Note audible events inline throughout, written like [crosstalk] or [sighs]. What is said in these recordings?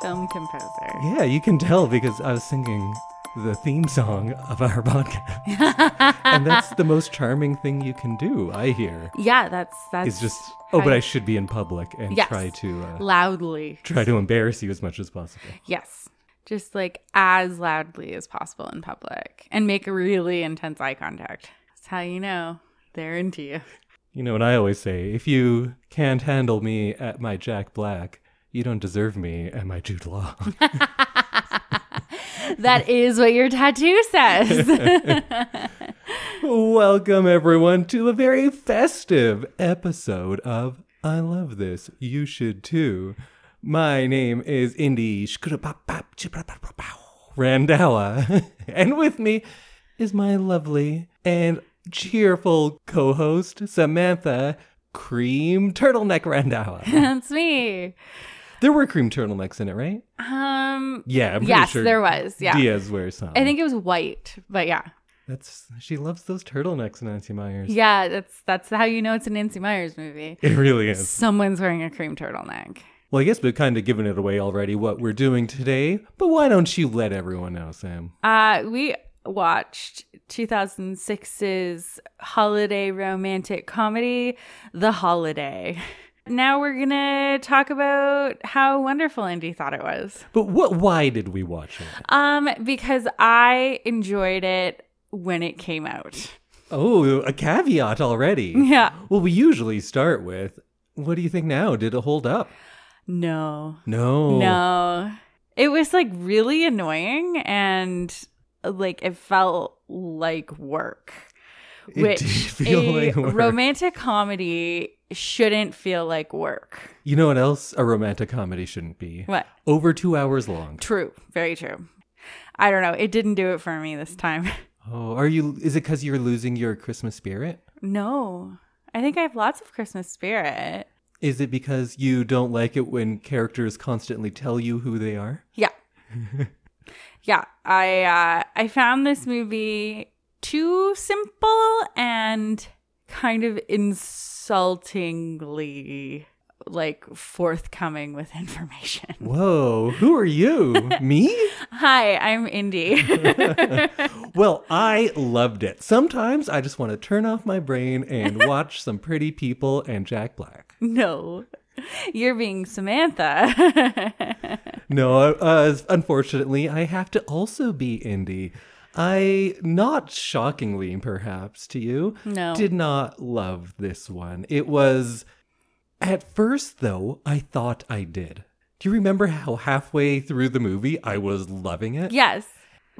composer. Yeah, you can tell because I was singing the theme song of our [laughs] podcast. and that's the most charming thing you can do, I hear. Yeah, that's that's Is just, oh, how but you- I should be in public and Yes. try to uh, loudly. try to embarrass you as much as possible. Yes. Just like as loudly as possible in public and make a really intense eye contact. That's how you know they're [laughs] into you. You know, and I always say, if you can't handle me at my Jack Black, you don't deserve me at my Jude Law. [laughs] that is what your tattoo [laughs] says. Welcome, everyone, to a very festive episode of I Love This, You Should Too. My name is Indy Randawa, [laughs] and with me is my lovely and cheerful co host, Samantha Cream Turtleneck [laughs] Randawa. that's me. there were cream turtlenecks in it, right? Um Yeah, I'm pretty yes, sure there was. Yeah. Diaz wears some. I think it was white, but yeah. that's she loves those turtlenecks, Nancy Myers. Yeah, that's that's how you know it's a Nancy Myers movie. It really is. Someone's wearing a cream turtleneck. Well, I guess we've kind of given it away already what we're doing today, but why don't you let everyone know, Sam? Uh, we watched 2006's holiday romantic comedy, The Holiday. Now we're going to talk about how wonderful Indy thought it was. But what? Why did we watch it? Um, because I enjoyed it when it came out. [laughs] Oh, a caveat already. Yeah. Well, we usually start with, "What do you think now? Did it hold up?" No. No. No. It was like really annoying and like it felt like work. It which did [laughs] feel a like work. romantic comedy shouldn't feel like work. You know what else? A romantic comedy shouldn't be What? over two hours long. True. Very true. I don't know. It didn't do it for me this time. [laughs] Oh, are you? Is it because you're losing your Christmas spirit? no. I think I have lots of Christmas spirit. Is it because you don't like it when characters constantly tell you who they are? Yeah. yeah. I uh I found this movie too simple and kind of insultingly like forthcoming with [laughs] information. Whoa, who are you? Me? Hi, I'm Indy. [laughs] Well, I loved it. Sometimes I just want to turn off my brain and watch some pretty people and Jack Black. no. You're being Samantha. No, uh, unfortunately, I have to also be indie. I, not shockingly perhaps to you, No. did not love this one. It was, at first though, I thought I did. Do you remember how halfway through the movie I was loving it? [laughs] yes.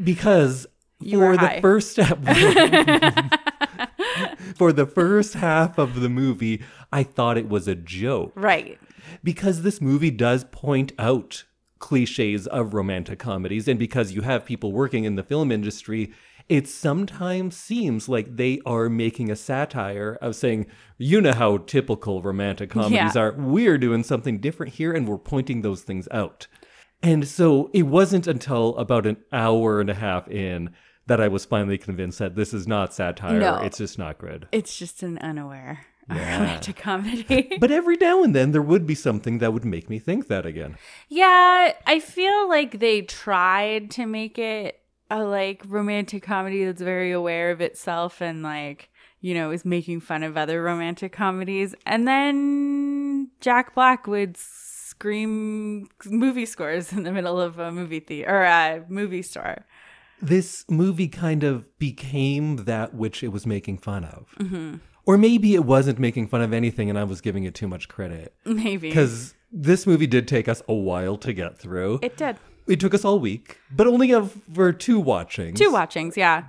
Because You for were the high. [laughs] first step [laughs] for the first half of the movie, I thought it was a joke Right. because this movie does point out cliches of romantic comedies and because you have people working in the film industry it sometimes seems like they are making a satire of saying you know how typical romantic comedies Yeah. are we're doing something different here and we're pointing those things out and so it wasn't until about an hour and a half in that i was finally convinced that this is not satire No. it's just not good It's just an unaware Yeah. [laughs] romantic comedy. but every now and then there would be something that would make me think that again Yeah, I feel like they tried to make it a like romantic comedy that's very aware of itself and like, you know, is making fun of other romantic comedies. And then Jack Black would scream movie scores in the middle of a movie theater or a movie store. this movie kind of became that which it was making fun of. Or maybe it wasn't making fun of anything and I was giving it too much credit. Maybe. Because this movie did take us a while to get through. It, It did. took us all week, but only of, for two watchings. Two watchings, yeah.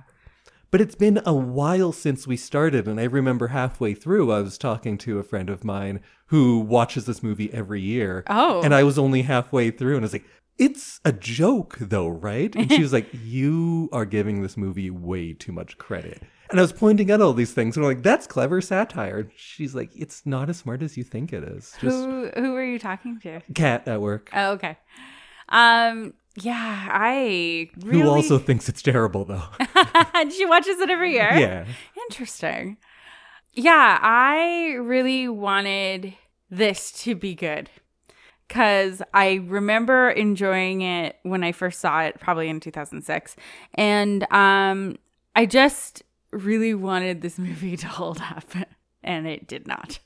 But it's been a while since we started. And I remember halfway through, I was talking to a friend of mine who watches this movie every year. Oh. And I was only halfway through and I was like, it's a joke though, right? And she was [laughs] like, you are giving this movie way too much credit. And I was pointing out all these things and I'm like, that's clever satire. And she's like, it's not as smart as you think it is. Just Who who were you talking to? cat at work. Oh, okay. Um yeah, I really Who also [laughs] thinks it's terrible though. [laughs] she watches it every year. yeah. Interesting. Yeah, I really wanted this to be good. because I remember enjoying it when I first saw it, probably in 2006. And um, I just really wanted this [laughs] movie to hold up, and it did not.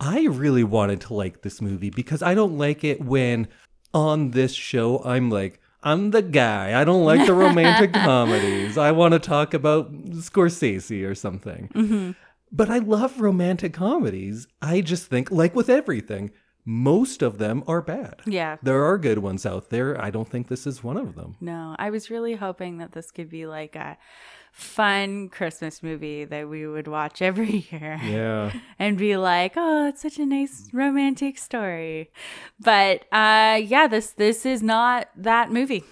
I really wanted to like this movie because I don't like it when on this show I'm like, I'm the guy. I don't like the [laughs] romantic comedies. I want to talk about Scorsese or something. Mm-hmm. But I love romantic comedies. I just think, like with everything, most of them are bad. Yeah. There are good ones out there. I don't think this is one of [laughs] them. No, I was really hoping that this could be like a fun Christmas movie that we would watch every [laughs] year Yeah. and be like, "Oh, it's such a nice romantic story." But uh yeah, this this is not that movie.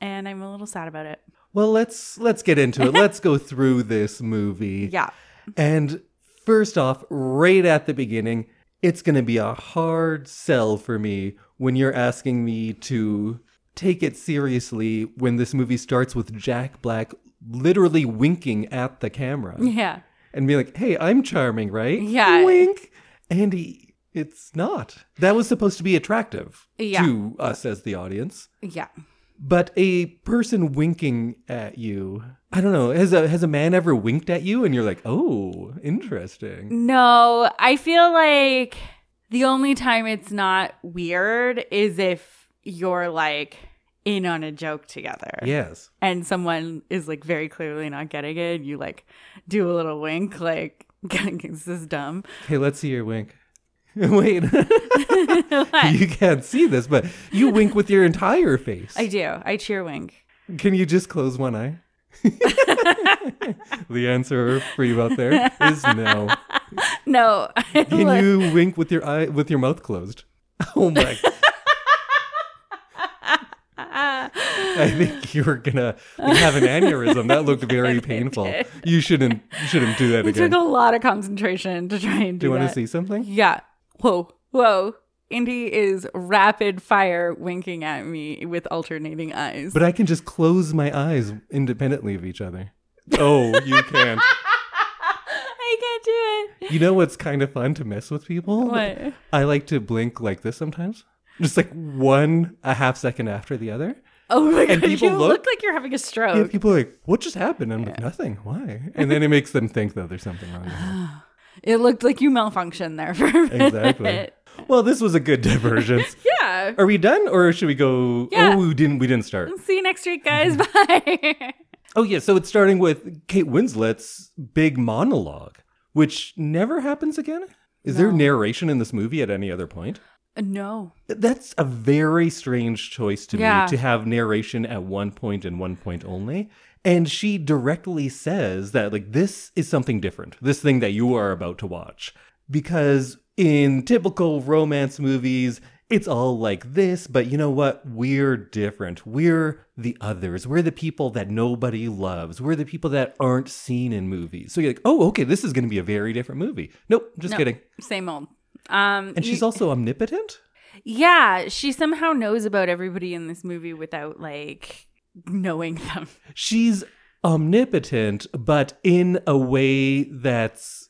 And I'm a little sad about it. Well, let's let's get into it. Let's go through this [laughs] movie. Yeah. And first off, right at the beginning, it's going to be a hard sell for me when you're asking me to take it seriously when this movie starts with Jack Black literally winking at the camera Yeah. and being like, "Hey, I'm charming, right?" Yeah. Wink. And he, it's not. That was supposed to be attractive Yeah. to us as the audience. Yeah. But a person winking at you, I don't know, has a has a man ever winked at you and you're like, "Oh, interesting." No, I feel like the only time it's not weird is if you're like in on a joke together. Yes. and someone is like very clearly not getting it, and you like do a little wink, like [laughs] this is dumb. Hey, let's see your wink. [laughs] Wait. I you can't see this, but you wink with your entire face. do. I cheer wink. Can you just close one eye? the answer for you out there is no. No, [laughs] Can [laughs] you wink with your eye with your mouth closed? [laughs] Oh my! I think you were gonna have an aneurysm. That looked [laughs] very painful. You shouldn't you shouldn't do that it took again. a Do lot of concentration to try and do, you want to that. see something? Yeah. Whoa. Whoa. Indy is rapid fire winking at me with alternating eyes. But I can just close my eyes independently of each other. Oh, you can't. I can't do it. You know what's kind of fun to mess with people? What? I like to blink like this sometimes. Just like one a half second after the other. Oh my And god! people You look, look- like you're having a stroke. Yeah, people are like, what just happened? I'm like, nothing. Why? And then it makes them think that there's something wrong. [laughs] with It looked like you malfunctioned there for a them. Exactly. minute. well, this was a good diversion. Yeah. Are we done, or should we go? Yeah. Oh, we didn't. We didn't start. [laughs] See you next week, guys. Bye. Oh yeah. So it's starting with Kate Winslet's big monologue, which never happens again. Is there No. narration in this movie at any other point? no. That's a very strange choice to Yeah. me to have narration at one point and one point only. And she directly says that, like, this is something different, this thing that you are about to watch. Because in typical romance movies, it's all like this, but you know what? We're different. We're the others. We're the people that nobody loves. We're the people that aren't seen in movies. So you're like, oh, okay, this is going to be a very different movie. Nope, just No. kidding. Same old. Um, And she's also omnipotent? yeah, she somehow knows about everybody in this movie without like knowing them. [laughs] she's omnipotent, but in a way that's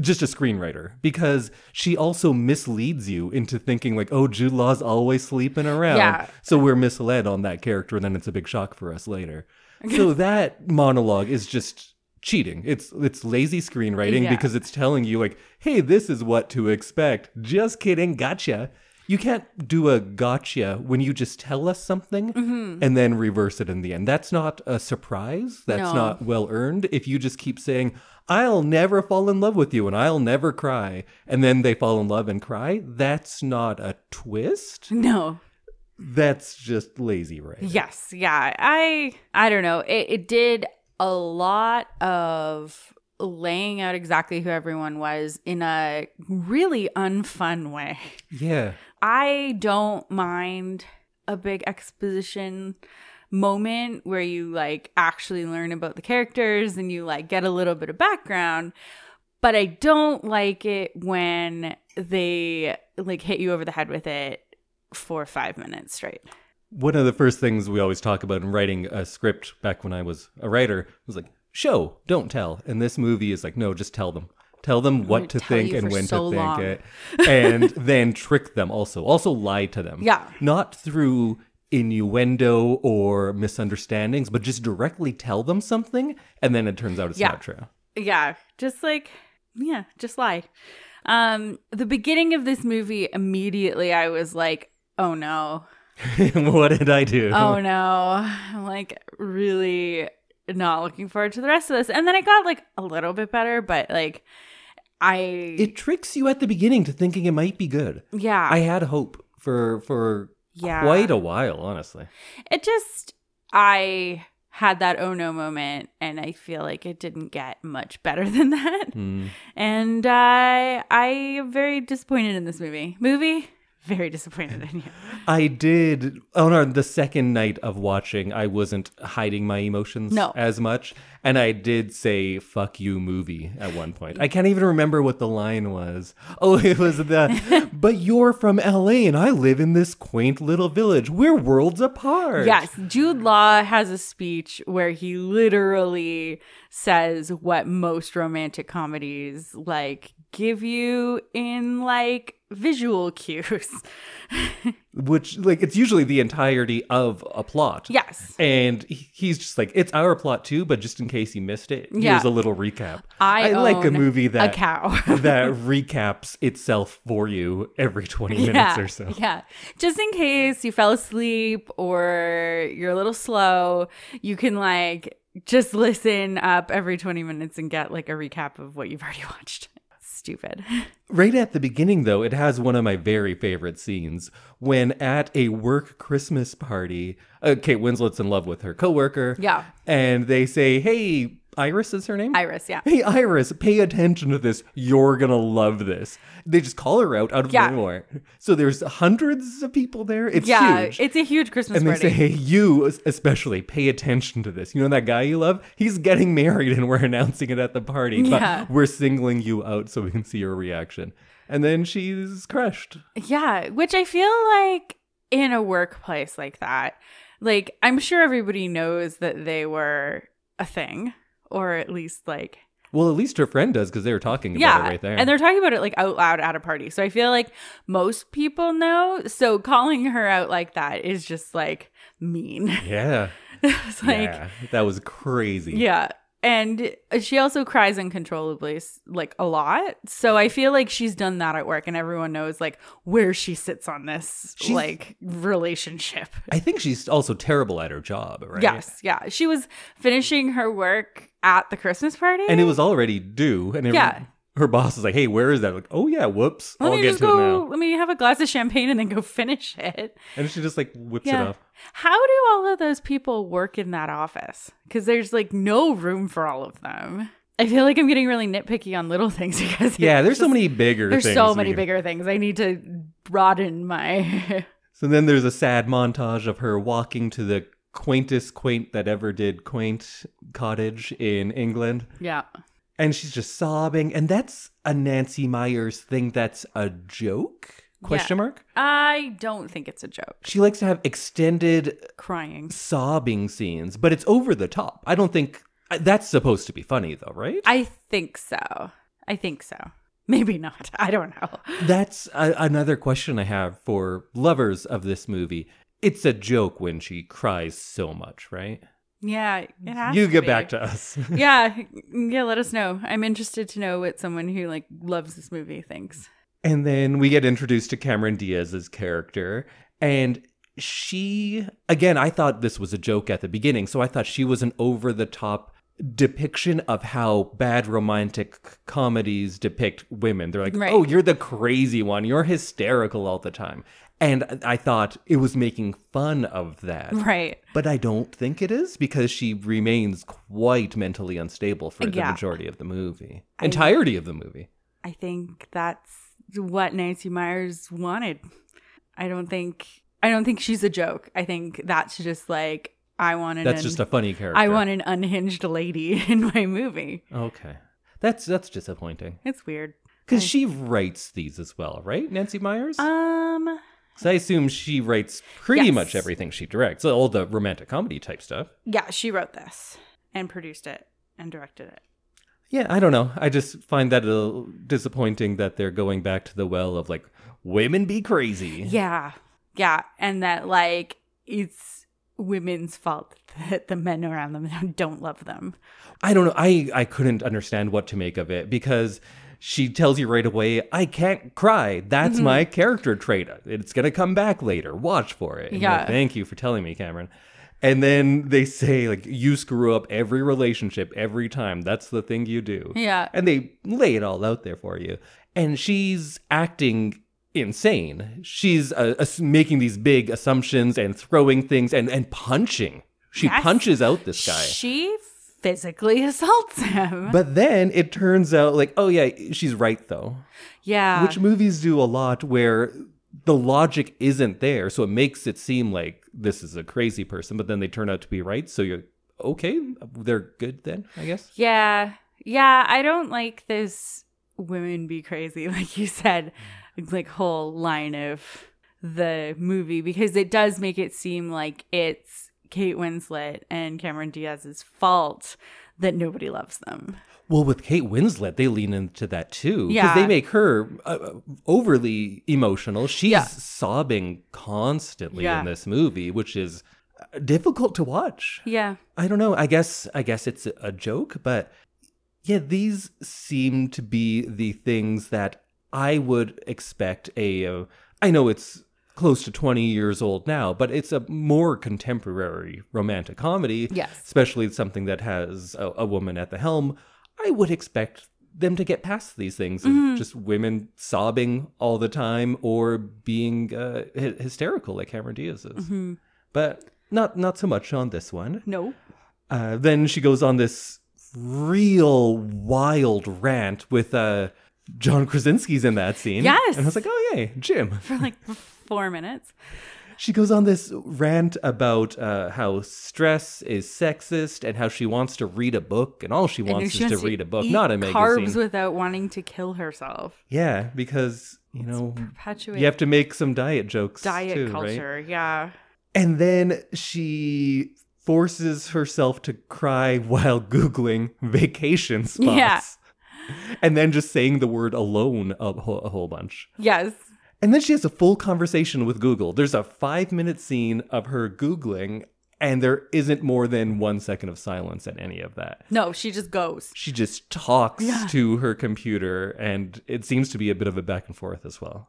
just a screenwriter because she also misleads you into thinking like, oh, Jude Law's always sleeping around. Yeah. So we're misled on that character, and then it's a big shock for us later. [laughs] so that monologue is just cheating. It's it's lazy screenwriting Yeah. because it's telling you like, hey, this is what to expect. Just kidding, gotcha. You can't do a gotcha when you just tell us something Mm-hmm. and then reverse it in the end. That's not a surprise. That's No. not well earned. If you just keep saying, I'll never fall in love with you and I'll never cry, and then they fall in love and cry, that's not a twist. No. That's just lazy, right? Yes. Yeah. I. I don't know. It, it did a lot of laying out exactly who everyone was in a really unfun way. Yeah. I don't mind a big exposition moment where you like actually learn about the characters and you like get a little bit of background, but I don't like it when they like hit you over the head with it for 5 minutes straight. One of the first things we always talk about in writing a script back when I was a writer was like, show, don't tell. And this movie is like, no, just tell them. Tell them gonna what to tell think you and for when so to think long. [laughs] it. And then trick them also. Also lie to them. Yeah. Not through innuendo or misunderstandings, but just directly tell them something and then it turns out it's Yeah. not true. [laughs] Yeah, just like yeah, just lie. Um the beginning of this movie immediately I was like, "Oh no. what did I do? [laughs] Oh no." I'm like really not looking forward to the rest of this. And then it got like a little bit better, but like I It tricks you at the beginning to thinking it might be good. yeah. I had hope for for yeah. quite a while, honestly. it just I had that oh no moment and I feel like it didn't get much better [laughs] than that. Hmm. And uh, I am very disappointed in this movie. Movie, very disappointed in you. I did on our, the second night of watching. I wasn't hiding my emotions No. as much, and I did say "fuck you" movie at one point. I can't even remember what the line was. [laughs] Oh, it was the [laughs] "But you're from L.A. and I live in this quaint little village. We're worlds apart." Yes, Jude Law has a speech where he literally says what most romantic comedies like give you in like visual cues. [laughs] which like it's usually the entirety of a plot. yes. And he- he's just like, it's our plot too, but just in case you missed it, Yeah. here's a little recap. I like a own movie A that cow. [laughs] [laughs] that recaps itself for you every 20 minutes or so. Yeah. Just in case you fell asleep or you're a little slow, you can like just listen up every 20 minutes and get like a recap of what you've already [laughs] watched. Stupid. Right at the beginning, though, it has one of my very favorite scenes when at a work Christmas party, uh, Kate Winslet's in love with her coworker. Yeah. And they say, hey, Iris is her name? Iris, yeah. Hey, Iris, pay attention to this. You're going to love this. They just call her out out of Yeah. nowhere. So there's hundreds of people there. It's yeah. huge. It's a huge Christmas and they party. say, hey, you especially, pay attention to this. You know that guy you love? He's getting married and we're [laughs] announcing it at the party, Yeah. but we're singling you out so we can see your reaction. And then she's crushed. yeah. Which I feel like in a workplace like that, like I'm sure everybody knows that they were a thing or at least like Well, at least her friend does because they were talking about it right there. And they're talking about it like out loud at a party. So I feel like most people know. So calling her out like that is just like mean. [laughs] yeah. it's like, yeah. yeah. That was crazy. And she also cries uncontrollably, s- like a lot. So I feel like she's done that at work, and everyone knows like where she sits on this She's- like relationship. I think she's also terrible at her job, right? Yes, yeah. She was finishing her work at the Christmas party, and it was already due. And it, Eh. Yeah. her boss is like, "Hey, where is that?" Like, "Oh yeah, whoops, Let I'll me get just to it go. now." Let me have a glass of champagne and then go [laughs] finish it. And she just like whips it off. How do all of those people work in that office? Because there's like no room for all of them. I feel like I'm getting really nitpicky on little [laughs] things because Yeah, it's there's so just- many bigger. There's things so we many can- bigger things. I need to broaden my. [laughs] So then there's a sad montage of her walking to the quaintest quaint that ever did quaint cottage in England, yeah. and she's just sobbing. And that's a Nancy Myers thing. That's a joke? Question mark. I don't think it's a joke. She likes to have extended Crying. sobbing scenes, but it's over the top. I don't think that's supposed to be funny, though, right? I think so. I think so. Maybe not. [laughs] I don't know. That's a- another question I have for lovers of this movie. It's a joke when she cries so much, right? Yeah. It has You get be. back to us. [laughs] yeah. Yeah. Let us know. I'm interested to know what someone who like loves this movie thinks. and then we get introduced to Cameron Diaz's character. And she, again, I thought this was a joke at the beginning. So I thought she was an over the top depiction of how bad romantic c- comedies depict women. They're like, Right. oh, you're the crazy one. You're hysterical all the time. And I- I thought it was making fun of that. Right. But I don't think it is because she remains quite mentally unstable for the Yeah. majority of the movie, entirety of the movie. I think that's what Nancy Myers wanted. I don't think I don't think she's a joke. I think that's just like I want an That's just a funny character. I want an unhinged lady [laughs] in my movie. Okay, that's that's disappointing It's weird. because she writes these as well, right, Nancy Myers? Um so I assume she writes pretty Yes. much everything she directs, all the romantic comedy type stuff. yeah, she wrote this and produced it and directed it. I Yeah, I don't know. I just find that a little disappointing that they're going back to the well of like women be crazy. Yeah. Yeah. And that, like, it's women's fault [laughs] that the men around them [laughs] don't love them. I don't know. I I couldn't understand what to make of it because she tells you right away, I can't cry. That's Mm-hmm. my character trait. It's gonna come back later. Watch for it. And you're like, Yeah. Thank you for telling me, Cameron. And then they say like you screw up every relationship every time. That's the thing you do. Yeah. And they lay it all out there for you. And she's acting insane. She's uh, ass- making these big assumptions and throwing things and and punching. She Yes. punches out this guy. She physically [laughs] assaults him. But then it turns out, like, oh yeah, she's right though. yeah. Which movies do a lot where the logic isn't there, so it makes it seem like this is a crazy person, but then they turn out to be right. So you're okay, they're good then, I guess. yeah. Yeah. I don't like this women be crazy, [laughs] like you said, like whole line of the movie because it does make it seem like it's Kate Winslet and Cameron Diaz's fault that nobody loves them. Well, with Kate Winslet, they lean into that too because Yeah. they make her uh, uh, overly emotional. She's Yeah. sobbing constantly Yeah. in this movie, which is uh, difficult to watch. Yeah. I don't know. I guess I guess it's a joke, but yeah, these seem to be the things that I would expect a uh, I know it's close to 20 years old now, but it's a more contemporary romantic comedy. Yes. Especially something that has a, a woman at the helm. I would expect them to get past these things of just women sobbing all the time or being uh, hy- hysterical like Cameron Diaz is. But not not so much on this one. No. Uh, then she goes on this real wild rant with uh, John Krasinski's in that scene. Yes. And I was like, oh, yay, Jim. For like four minutes. She goes on this rant about uh, how stress is sexist and how she wants to read a book and all she And wants she is to wants read a book, eat not a Carbs magazine. without wanting to kill herself. yeah, because, you know, Perpetuate you have to make some diet jokes. diet too, right? culture. Yeah. And then she forces herself to cry [laughs] while Googling vacation spots. Yeah. And then just saying the word alone a, whole- a whole bunch. Yes. And then she has a full conversation with Google. There's a five minute scene of her Googling, and there isn't more than one second of silence at any of that. No, she just goes. [laughs] She just talks to her computer, and it seems to be a bit of a back and forth as well.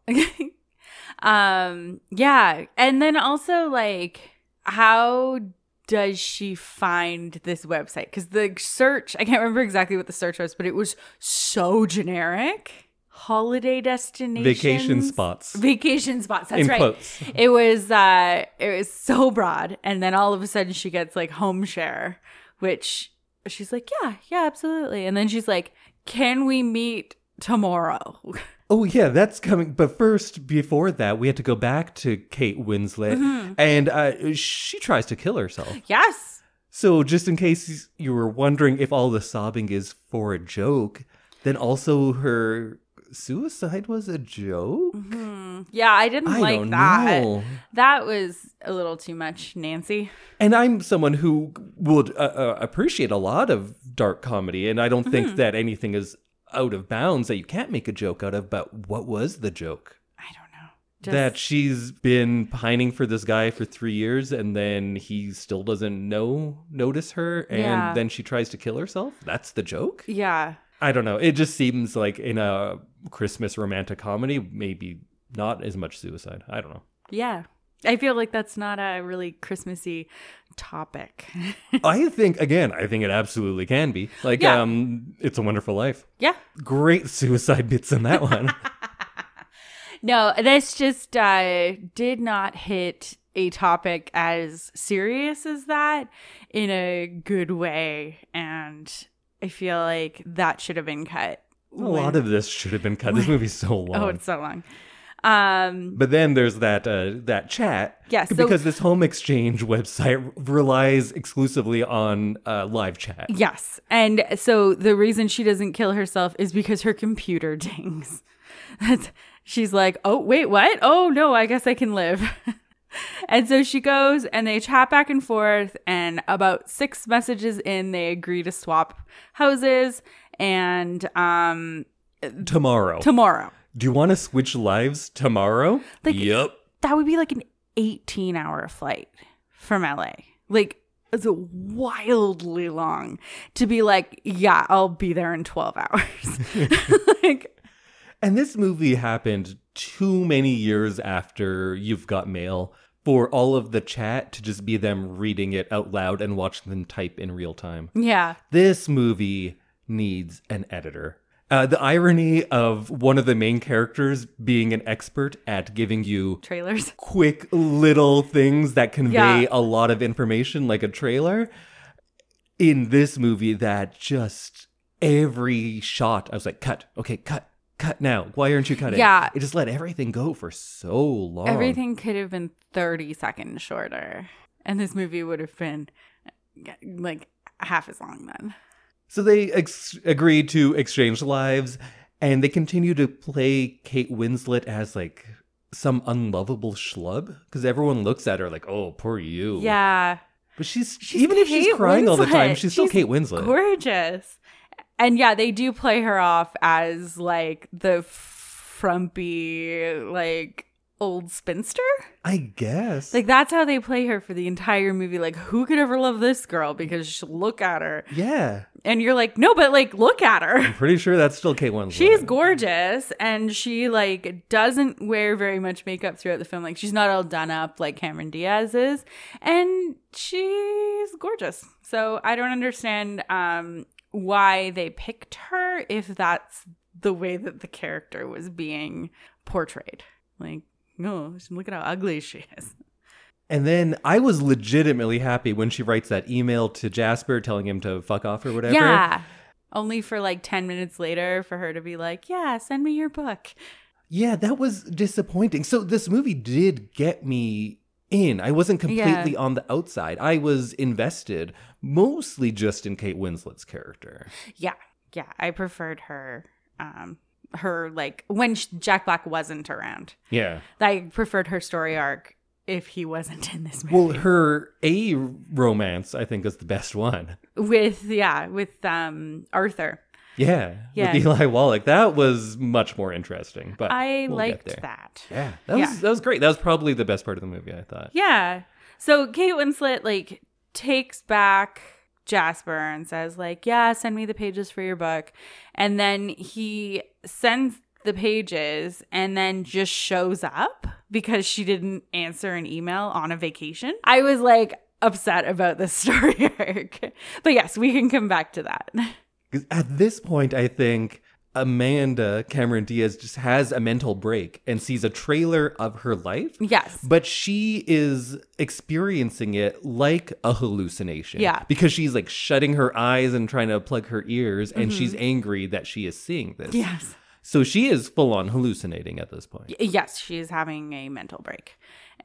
Um, yeah. And then also like how does she find this website? Cuz the search, I can't remember exactly what the search was, but it was so generic. Holiday destinations. Vacation spots. Vacation spots. That's In right. quotes. [laughs] It was uh it was so broad and then all of a sudden she gets like home share, which she's like, "Yeah, yeah, absolutely." And then she's like, "Can we meet tomorrow?" [laughs] Oh yeah, that's coming. But first, before that, we had to go back to Kate Winslet, Mm-hmm. and uh, she tries to kill herself. yes. So, just in case you were wondering if all the sobbing is for a joke, then also her suicide was a joke. Yeah, I didn't I Mm-hmm. like don't that. know. That was a little too much, Nancy. And I'm someone who would uh, uh, appreciate a lot of dark comedy, and I don't Mm-hmm. think that anything is out of bounds that you can't make a joke out of. But what was the joke? I don't know. Just, that she's been pining for this guy for three years and then he still doesn't know notice her and Yeah. then she tries to kill herself that's the joke yeah. i don't know it just seems like in a christmas romantic comedy maybe not as much suicide i [laughs] don't know Yeah. I feel like that's not a really Christmassy topic. [laughs] i think again i think it absolutely can be like Yeah. um it's a wonderful life yeah. great suicide bits in that [laughs] one No, this just uh, did not hit a topic as serious as that in a good way. And I feel like that should have been cut. a lot of this should have been cut this movie's so long [laughs] Oh, it's so long. Um, But then there's that uh, that chat. Yeah, so- because this home exchange website relies exclusively on uh, live chat. Yes. And so the reason she doesn't kill herself is because her computer [laughs] dings. That's, she's like, oh, wait, what? Oh, no, I guess I can live. [laughs] and so she goes and they chat back and forth. And about six messages in, they agree to swap houses. and um, Tomorrow. tomorrow. Do you want to switch lives tomorrow? Like- yep. That would be like an 18 hour flight from LA. Like, it's wildly long to be like, yeah, I'll be there in 12 [laughs] hours. like, And this movie happened too many years after You've Got Mail for all of the chat to just be them reading it out loud and watching them type in real time. yeah. This movie needs an editor. Uh, the irony of one of the main characters being an expert at giving you Trailers. quick little things that convey Yeah. a lot of information, like a trailer. In this movie, that just every shot, I was like, cut, okay, cut, cut now. Why aren't you cutting? Yeah. It just let everything go for so long. Everything could have been 30 seconds shorter, and this movie would have been like half as long then. So they ex- agree to exchange lives, and they continue to play Kate Winslet as like some unlovable schlub because everyone looks at her like, "Oh, poor you." Yeah. but she's, She's even if she's Kate crying all the time, Winslet. she's, still She's Kate Winslet. Gorgeous. And yeah, they do play her off as like the frumpy, like old spinster. I guess. Like that's how they play her for the entire movie. Like, who could ever love this girl? Because she'll look at her. yeah, And you're like, no, but like, look at her. [laughs] I'm pretty sure that's still Kate Winslet. She's gorgeous and she like doesn't wear very much makeup throughout the film. Like she's not all done up like Cameron Diaz is. And she's gorgeous. So I don't understand um why they picked her if that's the way that the character was being portrayed. Like, no, look at how ugly she is. And then I was legitimately happy when she writes that email to Jasper telling him to fuck off or whatever. Yeah. Only for like 10 minutes later for her to be like, yeah, send me your book. Yeah, that was disappointing. So this movie did get me in. I wasn't completely on the outside. I was invested mostly just in Kate Winslet's character. Yeah, yeah, I preferred her. Um, her like when sh Jack Black wasn't around, Yeah. I preferred her story arc if he wasn't in this Well, movie. her A romance, I think, is the best one. with yeah, with um Arthur, Yeah. Yeah. With Eli Wallach. That was much more interesting. But I Uh, we'll get liked there. that. Yeah. That Yeah. was that was great. That was probably the best part of the movie, I thought. Yeah. So Kate Winslet like takes back Jasper and says like, "Yeah, send me the pages for your book." And then he sends the pages and then just shows up because she didn't answer an email on a vacation. I was like upset about this [laughs] story arc. But yes, we can come back to that. 'Cause At this point, I think Amanda Cameron Diaz just has a mental break and sees a trailer of her life, Yes. but she is experiencing it like a hallucination. Yeah. Because she's like shutting her eyes and trying to plug her ears, Mm-hmm. and she's angry that she is seeing this. Yes. So she is full on hallucinating at this point. Y- yes she is having a mental break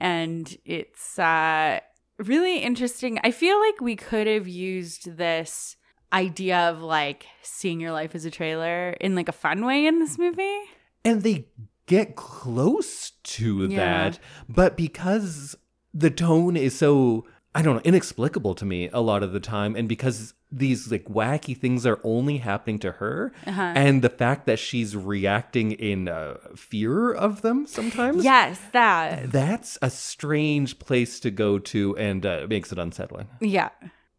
and it's uh really interesting i feel like we could have used this idea of like seeing your life as a trailer in like a fun way in this movie And they get close to Yeah. that, but because the tone is so I don't know, inexplicable to me a lot of the time and because these like wacky things are only happening to her Uh-huh. and the fact that she's reacting in uh, fear of them sometimes. yes that That's a strange place to go to and uh, it makes it unsettling. yeah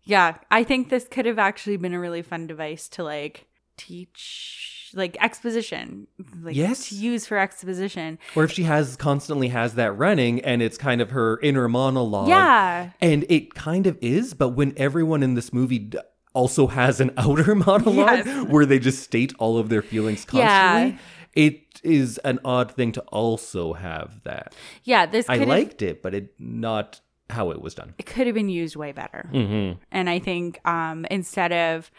yeah i think this could have actually been a really fun device to like teach like exposition like Yes. to use for exposition Or if she has constantly has that running and it's kind of her inner monologue yeah And it kind of is, but when everyone in this movie d- also has an [laughs] outer monologue Yes. where they just state all of their feelings constantly, it is an odd thing to also have that. yeah this could I have, liked it, but it not how it was done. it could have been used way better Mm-hmm. And I think um, instead of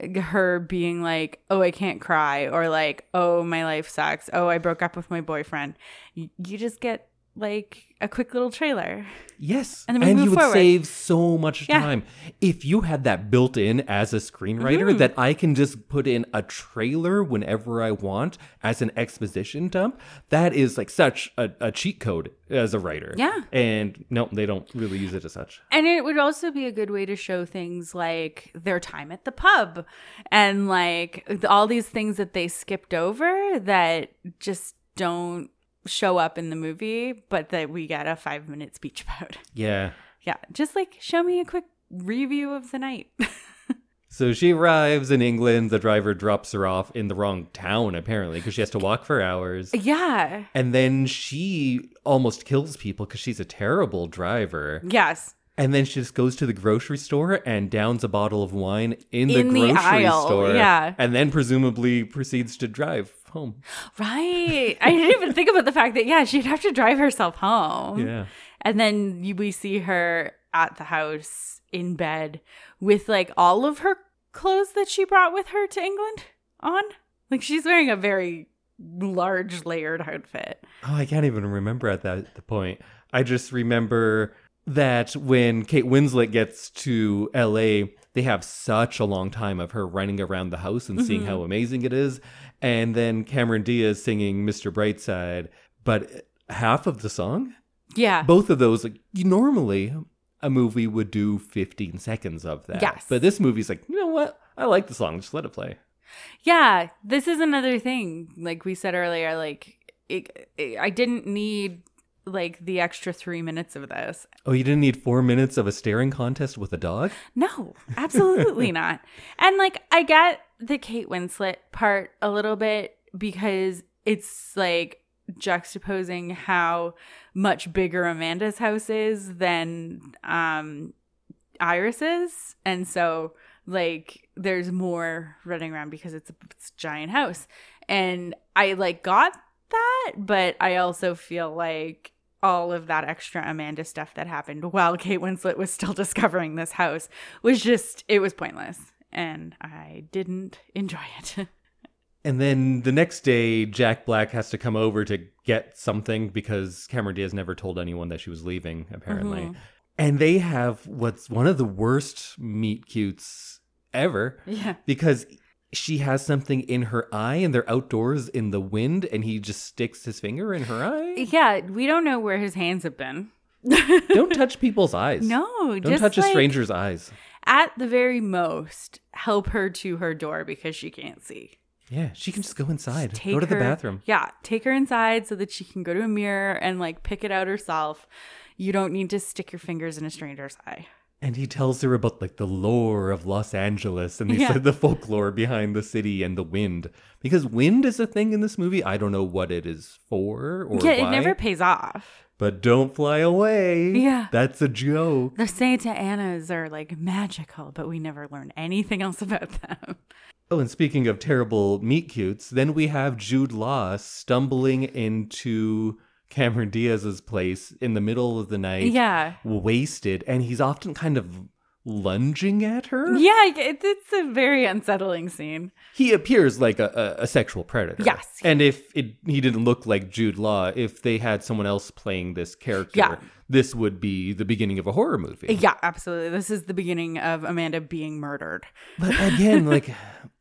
her being like, oh, I can't cry, or like, oh, my life sucks, oh, I broke up with my boyfriend, y- you just get like a quick little trailer. Yes. And then we move you would forward. save so much Yeah. time. If you had that built in as a screenwriter Mm-hmm. that I can just put in a trailer whenever I want as an exposition dump, that is like such a, a cheat code as a writer. Yeah. And no, they don't really use it as such. And it would also be a good way to show things like their time at the pub and like all these things that they skipped over that just don't show up in the movie, but that we got a five minute speech about. [laughs] Yeah. Yeah, just like show me a quick review of the night. [laughs] So she arrives in England. The driver drops her off in the wrong town, apparently, because she has to walk for hours. yeah. And then she almost kills people because she's a terrible driver. Yes. And then she just goes to the grocery store and downs a bottle of wine in the In the grocery aisle, store. yeah. And then presumably proceeds to drive [gasps] home. Right. I didn't even think about the fact that, yeah, she'd have to drive herself home. Yeah. And then you- we see her at the house in bed with like all of her clothes that she brought with her to England on. Like she's wearing a very large layered outfit. Oh, I can't even remember at that the point. I just remember that when Kate Winslet gets to LA, they have such a long time of her running around the house and Mm-hmm. seeing how amazing it is. And then Cameron Diaz singing Mr. Brightside, but half of the song? Yeah. both of those like you- normally a movie would do 15 seconds of that Yes. but this movie's like you know what i like the song just let it play Yeah, this is another thing. Like we said earlier, like it, it, I didn't need like the extra three minutes of this. oh you didn't need four minutes of a staring contest with a dog No, absolutely not. And like I get the Kate Winslet part a little bit because it's like juxtaposing how much bigger Amanda's house is than um Iris's, and so like there's more running around because it's a, it's a giant house. And I like got that, but I also feel like all of that extra Amanda stuff that happened while Kate Winslet was still [laughs] discovering this house was just it was pointless and I didn't enjoy it. [laughs] and then the next day jack black has to come over to get something because cameron diaz never told anyone that she was leaving apparently Mhm. and they have what's one of the worst meet cutes ever yeah. because she has something in her eye and they're outdoors in the wind and he just sticks his finger in her eye Yeah, we don't know where his hands have [laughs] been. don't touch people's eyes no, don't just touch a like, stranger's eyes At the very most, help her to her door because she can't see. yeah she can just go inside Take go to the her- bathroom Yeah, take her inside so that she can go to a mirror and like pick it out herself. You don't need to stick your fingers in a stranger's eye. and he tells her about like the lore of los angeles and he Yeah. said the folklore behind the city and the wind because wind is a thing in this movie i don't know what it is for or yeah, why it never pays off. but don't fly away Yeah. that's a joke The Santa Annas are like magical, but we never learn anything else about them. Oh, and speaking of terrible meet cutes, then we have Jude Law stumbling into Cameron Diaz's place in the middle of the night, Yeah. wasted, and he's often kind of lunging at her. [laughs] Yeah, it, it's a very unsettling scene. He appears like a, a, a sexual predator. Yes. And if it, he didn't look like Jude Law, if they had someone else playing this character, Yeah. this would be the beginning of a horror movie. Yeah, absolutely. This is the beginning of Amanda being murdered. But again, like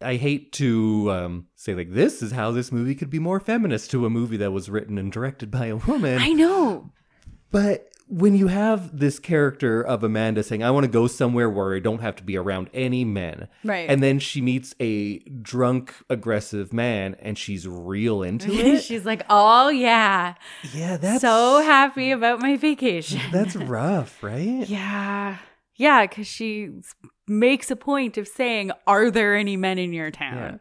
I hate to um, say like this is how this movie could be more feminist to a movie that was written and directed by a woman. I know. but when you have this character of Amanda saying, I want to go somewhere where I don't have to be around any men. Right. And then she meets a drunk, aggressive man and she's real [laughs] into it. She's like, oh, yeah. yeah, that's so happy about my [laughs] vacation. that's rough, right? yeah. Yeah, because she s- makes a point of saying, are there any men in your town?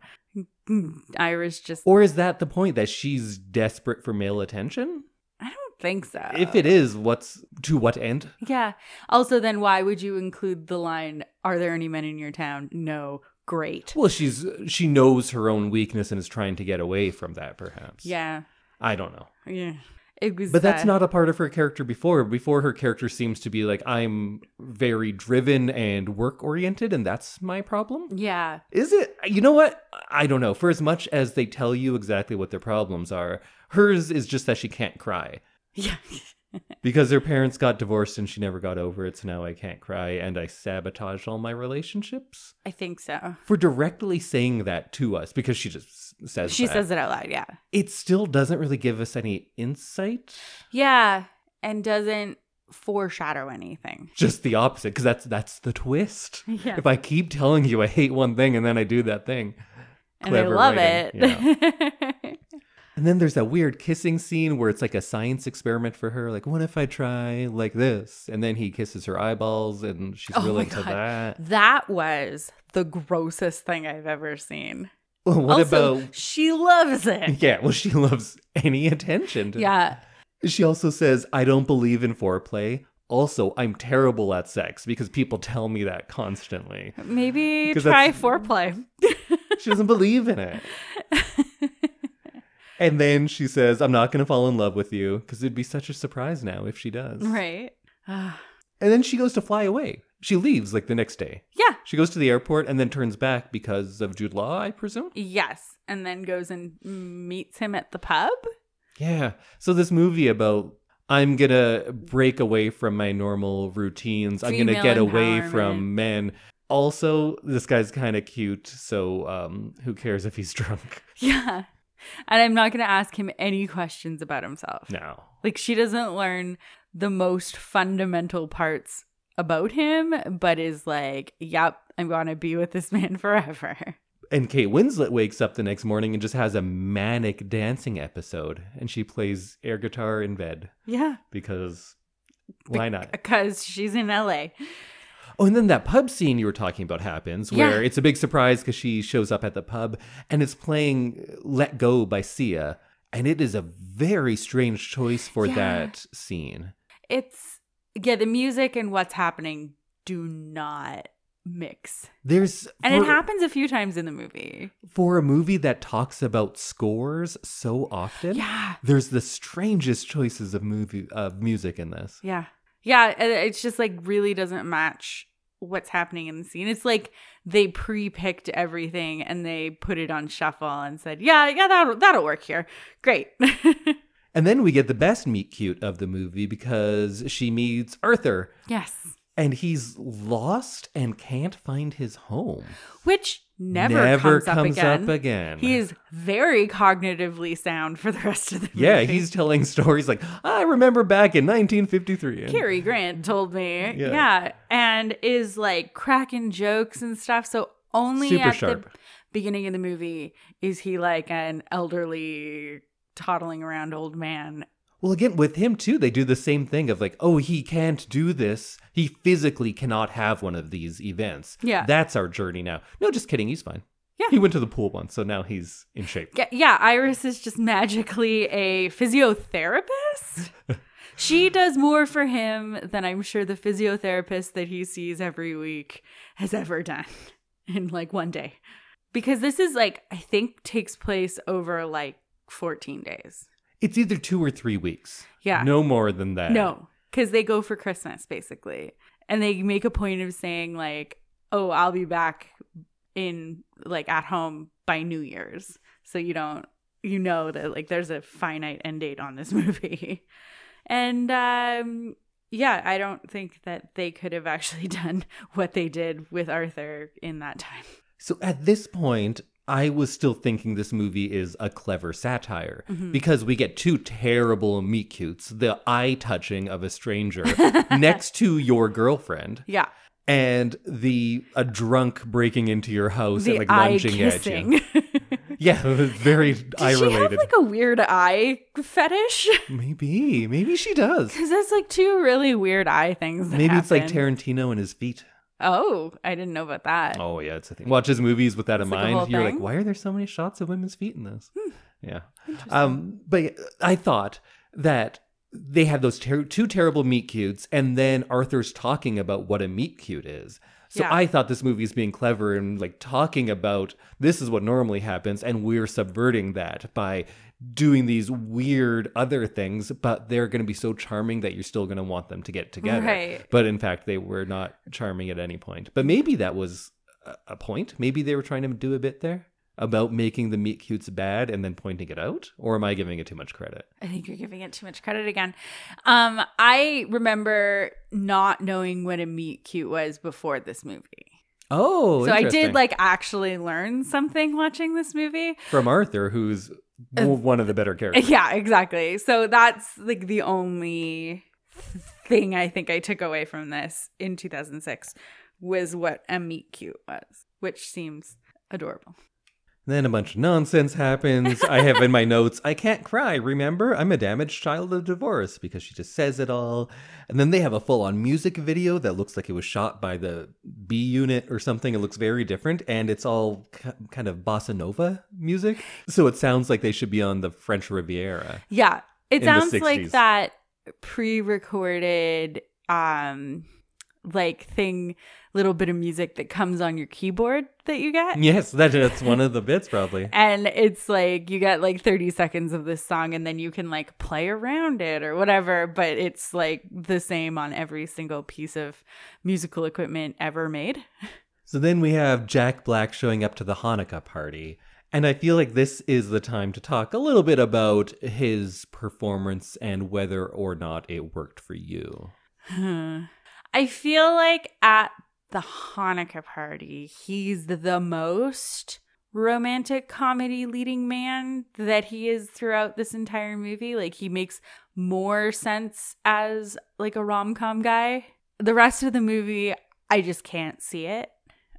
Mm, Ira's just, Or is that the point that she's desperate for male attention? I don't think so. If it is, what's to what end? Yeah. Also, then why would you include the line, Are there any men in your town? No. Great. Well, she's she knows her own weakness and is trying to get away from that, perhaps. Yeah. I don't know. Yeah. It was But that's uh, not a part of her character before. Before her character seems to be like, I'm very driven and work oriented, and that's my problem. Yeah. Is it? You know what? I don't know. For as much as they tell you exactly what their problems are, hers is just that she can't cry. Yeah. [laughs] because her parents got divorced and she never got over it. So now I can't cry and I sabotage all my relationships I think so. for directly saying that to us because she just s- says She that. says it out loud. Yeah. it still doesn't really give us any insight. Yeah. And doesn't foreshadow anything. Just the opposite because that's that's the twist. Yeah. If I keep telling you I hate one thing and then I do that thing. And I clever love writing, it. And then there's that weird kissing scene where it's like a science experiment for her. Like, what if I try like this? And then he kisses her eyeballs and she's Oh my really into God. that. [laughs] that was the grossest thing I've ever seen. Well, what also, about. she [laughs] loves it. Yeah, well, she loves any attention. to- Yeah. She also says, I don't believe in foreplay. Also, I'm terrible at sex because people tell me that constantly. Maybe [laughs] 'Cause try that's- foreplay. She doesn't believe in [laughs] it. And then she says, I'm not going to fall in love with you because it'd be such a surprise now if she does. right. Ah, And then she goes to fly away. She leaves like the next day. yeah. She goes to the airport and then turns back because of Jude Law, I presume. Yes. And then goes and meets him at the pub. [laughs] Yeah. So this movie about I'm gonna break away from my normal routines. I'm gonna Female get away empowerment. from men. Also, this guy's kind of cute, so um, who cares if he's [laughs] drunk? Yeah. And I'm not going to ask him any questions about himself. No. Like, she doesn't learn the most fundamental parts about him, but is like, yep, I'm going to be with this man [laughs] forever. And Kate Winslet wakes up the next morning and just has a manic dancing episode, and she plays air guitar in bed Yeah. because why not? Because she's in LA. Oh, and then that pub scene you were talking about happens where Yeah. it's a big surprise because she shows up at the pub and it's playing Let Go by Sia. And it is a very strange choice for Yeah. that scene. It's, yeah, the music and what's happening do not mix. There's And it for- happens a few times in the movie. for a movie that talks about scores so often. Yeah. There's the strangest choices of movie of music in this. Yeah. Yeah. it- It's just like really doesn't match what's happening in the scene. It's like they pre picked everything and they put it on shuffle and said, yeah, yeah, that'll, that'll work here. Great. [laughs] And then we get the best meet cute of the movie because she meets Arthur yes. and he's lost and can't find his home. Which never, comes, up, again. again. He is very cognitively sound for the rest of the movie. yeah, he's telling [laughs] stories like I remember back in 1953. And Cary Grant told me. Yeah. Yeah. And is like cracking jokes and stuff. So only Super at the sharp. beginning of the movie is he like an elderly, toddling around old man. Well, again with him too, they do the same thing of like, oh, he can't do this. He physically cannot have one of these events. Yeah. that's our journey now. No, just kidding. He's fine. Yeah. he went to the pool once, so now he's in shape. Yeah, yeah, Iris is just magically a [laughs] physiotherapist. she does more for him than I'm sure the physiotherapist that he sees every week has ever done [laughs] in like one day. Because this is like, I think takes place over like 14 days. It's either two or three weeks. Yeah. no more than that. No, because they go for Christmas basically, and they make a point of saying like, "Oh, I'll be back in like at home by New Year's," so you don't you know that like there's a finite end date on this [laughs] movie, and um. Yeah, I don't think that they could have actually [laughs] done what they did with Arthur in that time. So at this point, I was still thinking this movie is a clever satire Mm-hmm. because we get two terrible meet cutes the eye touching of a [laughs] stranger next to your girlfriend Yeah, and the a drunk breaking into your house the and like eye lunging at you. kissing. [laughs] Did [laughs] Yeah, very eye she have related. like a weird eye fetish? maybe, maybe she does. Because that's like two really weird eye things. That Maybe it's like happen. Tarantino and his feet. Oh, I didn't know about that. Oh yeah, it's a thing. Watches movies with that in It's like a mind. whole You're like, thing? Hmm. why are there so many shots of women's feet in this? Yeah. Um, but I thought that they had those ter- two terrible meet cutes, and then Arthur's talking about what a meet cute is. So Yeah. I thought this movie is being clever and like talking about this is what normally happens, and we're subverting that by doing these weird other things, but they're going to be so charming that you're still going to want them to get together. Right. But in fact, they were not charming at any point. But maybe that was a- a point. Maybe they were trying to do a bit there. about making the meat cutes bad and then pointing it out? Or am I giving it too much credit? I think you're giving it too much credit again. Um, I remember not knowing what a meat cute was before this movie. Oh, so I interesting. did like actually learn something watching this movie. from Arthur, who's Uh, w- one of the better characters. [laughs] Yeah, exactly. So that's like the only th- thing I think I took away from this in 2006 was what a meat cute was, which seems adorable. Then a bunch of nonsense happens. I have in my notes, I can't cry, remember? I'm a damaged child of divorce because she just says it all. And then they have a full on music video that looks like it was shot by the B unit or something. It looks very different and it's all ki- kind of bossa nova music. So it sounds like they should be on the French Riviera. Yeah, In it the sounds like 60s. that pre-recorded um like thing little bit of music that comes on your keyboard that you get. Yes, that, that's one of the bits, probably. and it's like you get like 30 seconds of this song and then you can like play around it or whatever but it's like the same on every single piece of musical equipment ever made So then we have Jack Black showing up to the Hanukkah party. And I feel like this is the time to talk a little bit about his performance and whether or not it worked for you. [sighs] i feel like at the hanukkah party he's the most romantic comedy leading man that he is throughout this entire movie like he makes more sense as like a rom-com guy the rest of the movie i just can't see it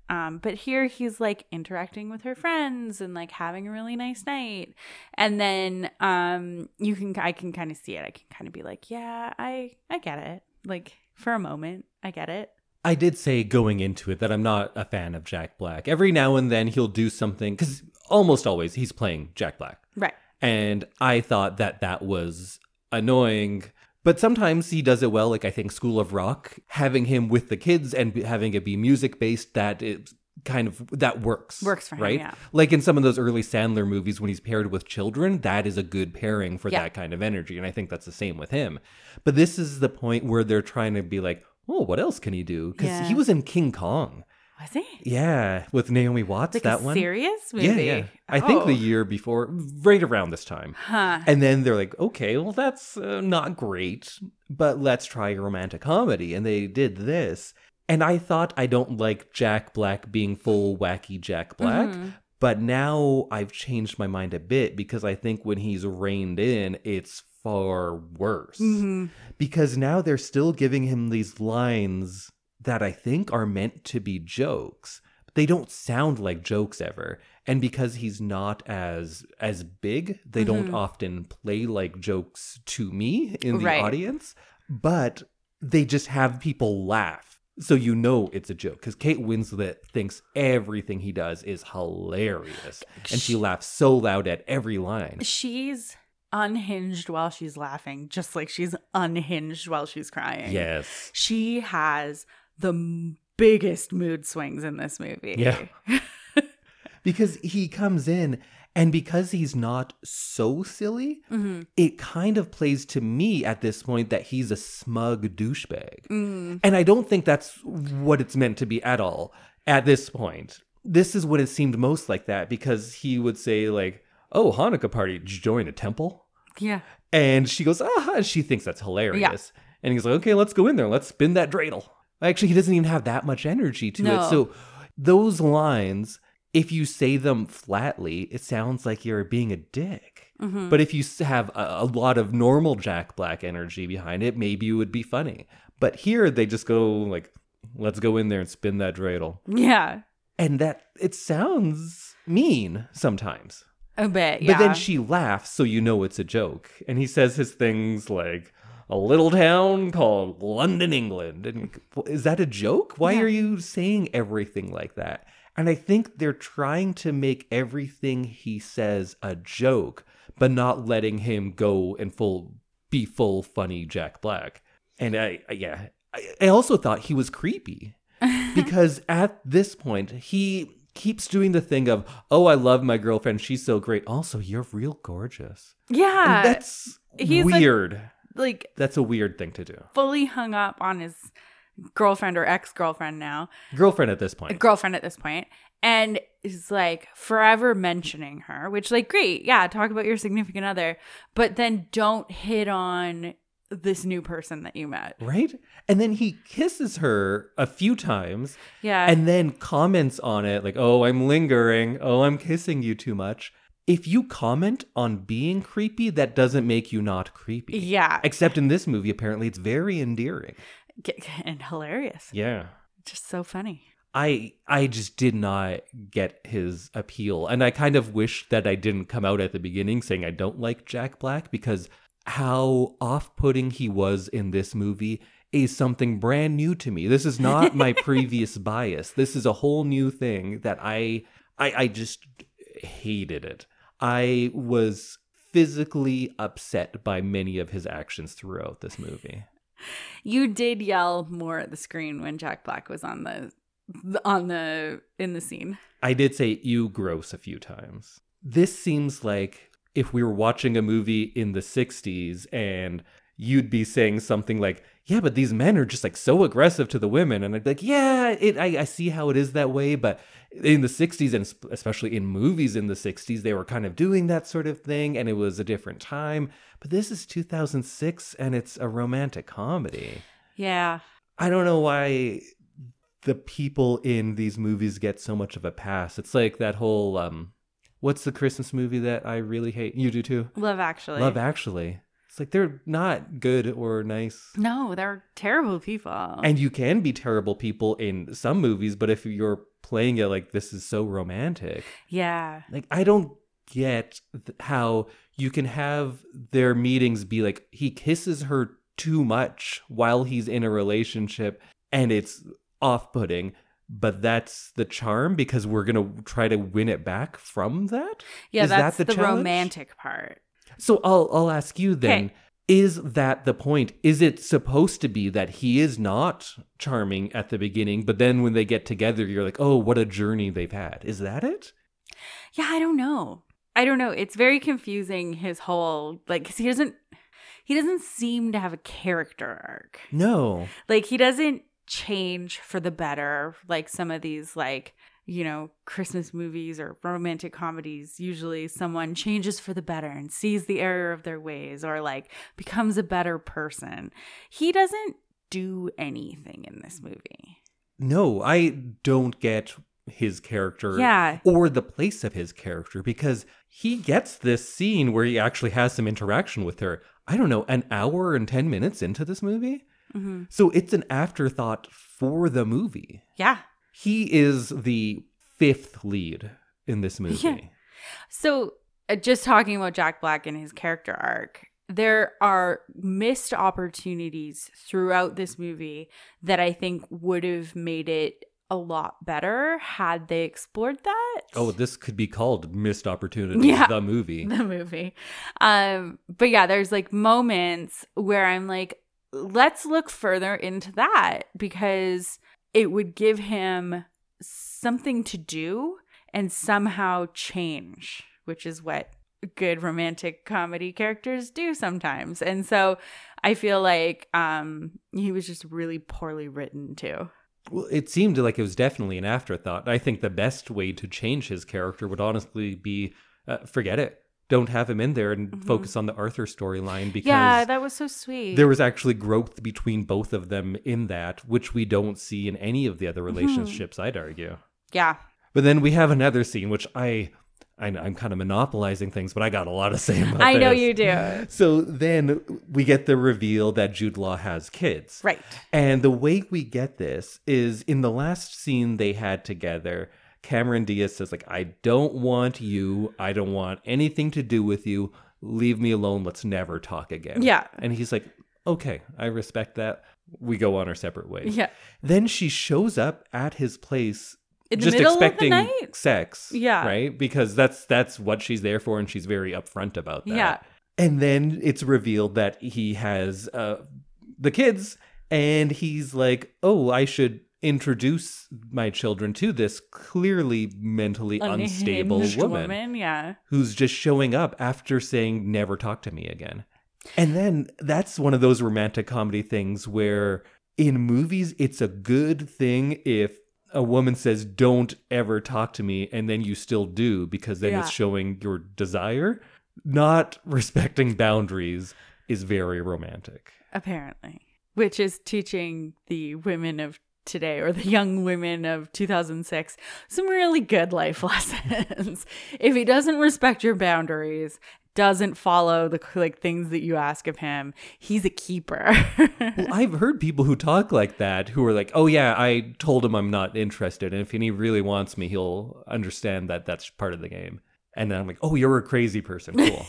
Um, but here he's like interacting with her friends and like having a really nice night. And then um, you can I can kind of see it. I can kind of be like, yeah, I I get it. Like for a moment, I get it. I did say going into it that I'm not a fan of Jack Black. Every now and then he'll do something, because almost always he's playing Jack Black. Right. And I thought that that was annoying. But sometimes he does it well. Like I think School of Rock, having him with the kids and be- having it be music based, that it kind of that works. Works for him, yeah. Like in some of those early Sandler movies, when he's paired with children, that is a good pairing for Yeah. that kind of energy. And I think that's the same with him. But this is the point where they're trying to be like, oh, what else can he do? Because Yeah. he was in King Kong. Was it Yeah, with Naomi Watts. like that a one. serious movie? Yeah, yeah. I think Oh. the year before, right around this time. Huh. And then they're like, okay, well, that's uh, not great, but let's try a romantic comedy. And they did this. And I thought I don't like Jack Black being full wacky Jack Black. Mhm. But now I've changed my mind a bit because I think when he's reined in, it's far worse. Mhm. Because now they're still giving him these lines that I think are meant to be jokes. But They don't sound like jokes ever. And because he's not as as big, they Mhm. don't often play like jokes to me in the Right. audience. But they just have people laugh. So you know it's a joke because Kate Winslet thinks everything he does is hilarious. And she laughs so loud at every line. She's unhinged while she's laughing, just like she's unhinged while she's crying. Yes. She has the m- biggest mood swings in this movie. Yeah. Because he comes in, and because he's not so silly, hmm it kind of plays to me at this point that he's a smug douchebag. Mm. And I don't think that's what it's meant to be at all at this point. This is what it seemed most like that because he would say, like, oh, Hanukkah party, did you join a temple? Yeah. And she goes, ah, and she thinks that's hilarious. And he's like, okay, let's go in there. Let's spin that dreidel. Actually, he doesn't even have that much energy to No. it. So those lines, if you say them flatly, it sounds like you're being a dick. Mhm. But if you s- have a, a lot of normal Jack Black energy behind it, maybe it would be funny. But here they just go like, let's go in there and spin that dreidel. Yeah. And that, it sounds mean sometimes. A bit. But Yeah. then she laughs, so you know it's a joke. And he says his things like, a little town called London, England. And "Well, is that a joke? Why Yeah. are you saying everything like that? And I think they're trying to make everything he says a joke, but not letting him go and full be full funny Jack Black. And I, I yeah, I, I also thought he was creepy [laughs] because at this point he keeps doing the thing of oh i love my girlfriend she's so great also you're real gorgeous yeah. And that's he's like- weird like that's a weird thing to do fully hung up on his girlfriend or ex girlfriend now, girlfriend at this point girlfriend at this point, and is like forever mentioning her, which like great, yeah, talk about your significant other, but then don't hit on this new person that you met. Right? And then he kisses her a few times Yeah. and then comments on it like, oh, I'm lingering. Oh, I'm kissing you too much. If you comment on being creepy, that doesn't make you not creepy. yeah. Except in this movie, apparently, it's very endearing. And hilarious. Yeah. Just so funny. I I just did not get his appeal. And I kind of wish that I didn't come out at the beginning saying I don't like Jack Black because how off-putting he was in this movie is something brand new to me. This is not my previous bias. This is a whole new thing that I I, I just hated it. I was physically upset by many of his actions throughout this movie. You did yell more at the screen when Jack Black was on the on the in the scene. I did say ew gross a few times. This seems like if we were watching a movie in the 60s and you'd be saying something like, yeah, but these men are just like so aggressive to the women. And I'd be like, yeah, it, I, I see how it is that way. But in the 60s, and sp- especially in movies in the 60s, they were kind of doing that sort of thing and it was a different time. But this is 2006 and it's a romantic comedy. Yeah. I don't know why the people in these movies get so much of a pass. It's like that whole um what's the Christmas movie that I really hate? You do too. Love actually. Love actually. It's like they're not good or nice. No, they're terrible people. And you can be terrible people in some movies, but if you're playing it like this is so romantic, yeah. like I don't get th- how you can have their meetings be like he kisses her too much while he's in a relationship and it's off-putting but that's the charm because we're going to try to win it back from that Yeah, Is that that's the the challenge? romantic part. so I'll I'll ask you then Okay. is that the point is it supposed to be that he is not charming at the beginning but then when they get together you're like oh what a journey they've had is that it Yeah, I don't know. I don't know. It's very confusing his whole like 'cause he doesn't he doesn't seem to have a character arc. no Like he doesn't change for the better like some of these like you know Christmas movies or romantic comedies usually someone changes for the better and sees the error of their ways or like becomes a better person. He doesn't do anything in this movie. no, I don't get his character Yeah. or the place of his character because he gets this scene where he actually has some interaction with her. I don't know, an hour and 10 minutes into this movie. hmm So it's an afterthought for the movie. Yeah. He is the fifth lead in [laughs] this movie. Yeah. So, uh, just talking about Jack Black and his character arc, there are missed opportunities throughout this movie that I think would have made it a lot better had they explored that. Oh, this could be called Missed Opportunity, Yeah. the movie. [laughs] the movie. Um, but yeah, there's like moments where I'm like, let's look further into that because it would give him something to do and somehow change, which is what good romantic comedy characters do sometimes. And so I feel like um he was just really poorly written too. Well, it seemed like it was definitely an afterthought. I think the best way to change his character would honestly be uh, forget it. Don't have him in there and Mhm. focus on the Arthur storyline because yeah, that was so sweet. there was actually growth between both of them in that, which we don't see in any of the other Mm-hmm. relationships, I'd argue. yeah. But then we have another scene, which I, I know I'm kind of monopolizing things, but I got a lot to say about I know this. [laughs] you do. So then we get the reveal that Jude Law has kids. Right. And the way we get this is in the last scene they had together, Cameron Diaz says like I don't want you, I don't want anything to do with you. Leave me alone. Let's never talk again. Yeah. And he's like, "Okay, I respect that. We go on our separate ways." Yeah. Then she shows up at his place In the just middle expecting of the night. sex. Yeah. Right? Because that's that's what she's there for and she's very upfront about that. Yeah. And then it's revealed that he has uh the kids and he's like, "Oh, I should introduce my children to this clearly mentally unstable Unhinged woman, Yeah. who's just showing up after saying never talk to me again." And then that's one of those romantic comedy things where in movies it's a good thing if a woman says, Don't ever talk to me, and then you still do because then it's Yeah. showing your desire. Not respecting boundaries is very romantic. apparently, which is teaching the women of today or the young women of 2006 some really good life [laughs] lessons. if he doesn't respect your boundaries, doesn't follow the like things that you ask of him, he's a keeper. [laughs] Well, I've heard people who talk like that who are like, "Oh yeah, I told him I'm not interested, and if he really wants me, he'll understand that that's part of the game." And then I'm like, "Oh, you're a crazy person. Cool,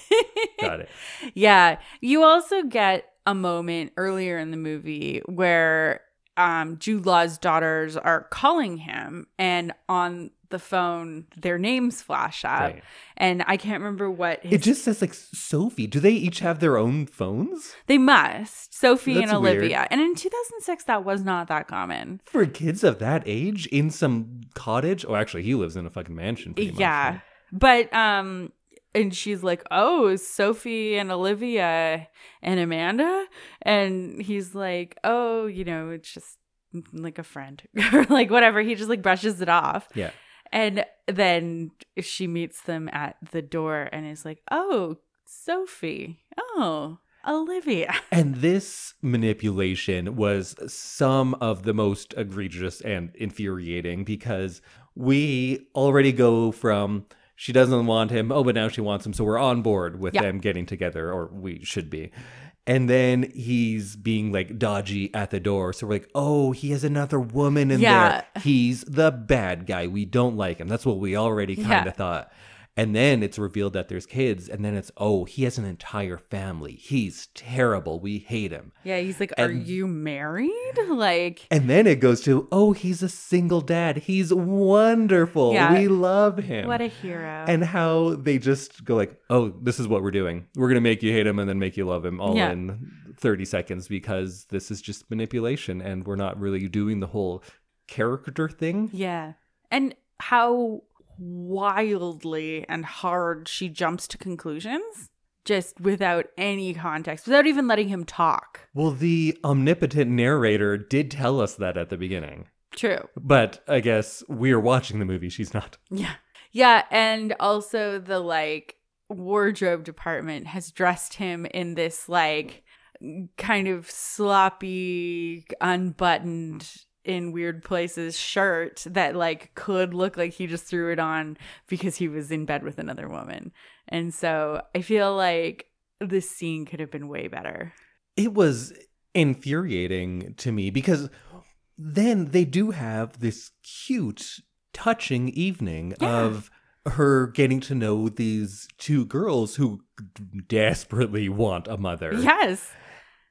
got it." Yeah. You also get a moment earlier in the movie where um, Jude Law's daughters are calling him, and on the phone, their names flash up. Right. And I can't remember what his, It just says like Sophie. Do they each have their own phones they must Sophie That's and weird. Olivia. And in 2006, that was not that common. for kids of that age in some cottage? Oh, actually, he lives in a fucking mansion. pretty much, yeah. right? But, um, and she's like, oh, is Sophie and Olivia and Amanda? And he's like, oh, you know, it's just mm, like a friend [laughs] or like whatever. He just like brushes it off. Yeah. And then she meets them at the door and is like, oh, Sophie. Oh, Olivia. [laughs] And this manipulation was some of the most egregious and infuriating because we already go from she doesn't want him, oh, but now she wants him. So we're on board with Yeah. them getting together, or we should be. And then he's being like dodgy at the door. So we're like, oh, he has another woman in Yeah. there. He's the bad guy. We don't like him. That's what we already kind of Yeah. thought. And then it's revealed that there's kids, and then it's, oh, he has an entire family. He's terrible. We hate him. Yeah. He's like, are And- you married? Like, And then it goes to, oh, he's a single dad. He's wonderful. Yeah. We love him. what a hero. and how they just go like, oh, this is what we're doing. We're gonna make you hate him and then make you love him all Yeah. in 30 seconds because this is just manipulation and we're not really doing the whole character thing. Yeah. And how wildly and hard she jumps to conclusions just without any context, without even letting him talk. Well, the omnipotent narrator did tell us that at the beginning. True. But I guess we're watching the movie. She's not. Yeah. Yeah. And also the like wardrobe department has dressed him in this like kind of sloppy, unbuttoned, in weird places shirt that like could look like he just threw it on because he was in bed with another woman. And so I feel like this scene could have been way better. It was infuriating to me because then they do have this cute, touching evening Yeah. of her getting to know these two girls who desperately want a mother. Yes.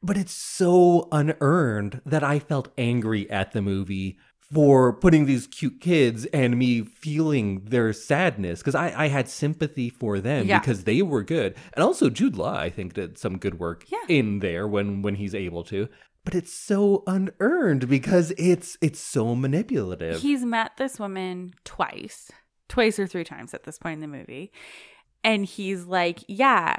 But it's so unearned that I felt angry at the movie for putting these cute kids and me feeling their sadness because I, I had sympathy for them Yeah. because they were good. And also Jude Law, I think, did some good work Yeah. in there when when he's able to. But it's so unearned because it's it's so manipulative. He's met this woman twice, twice or three times at this point in the movie. And he's like, Yeah,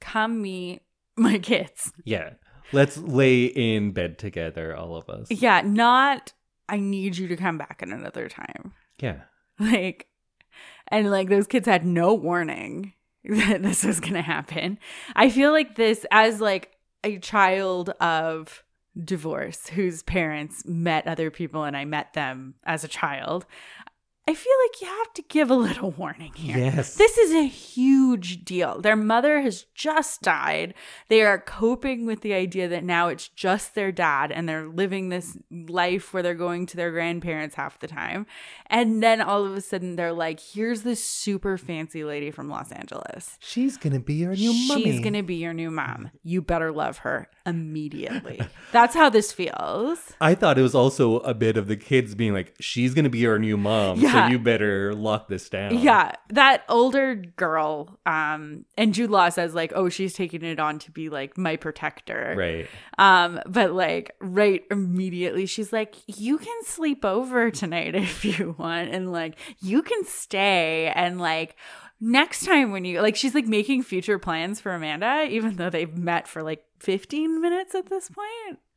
come meet my kids. yeah. Let's lay in bed together, all of us. Yeah, not, I need you to come back at another time. Yeah. [laughs] Like, and like those kids had no warning [laughs] that this was going to happen. I feel like this, as like a child of divorce whose parents met other people and I met them as a child, I feel like you have to give a little warning here. Yes. This is a huge deal. Their mother has just died. They are coping with the idea that now it's just their dad and they're living this life where they're going to their grandparents half the time. And then all of a sudden they're like, here's this super fancy lady from Los Angeles. She's gonna be your new She's mummy. going to be your new mom. You better love her immediately. [laughs] That's how this feels. I thought it was also a bit of the kids being like, she's going to be our new mom, Yeah. so you better lock this down. Yeah, that older girl, um, and Jude Law says like, "Oh, she's taking it on to be like my protector," Right. Um, but like right immediately she's like, You can sleep over tonight [laughs] if you want, and like you can stay and like next time when you like she's like making future plans for Amanda, even though they've met for like 15 minutes at this point. [laughs]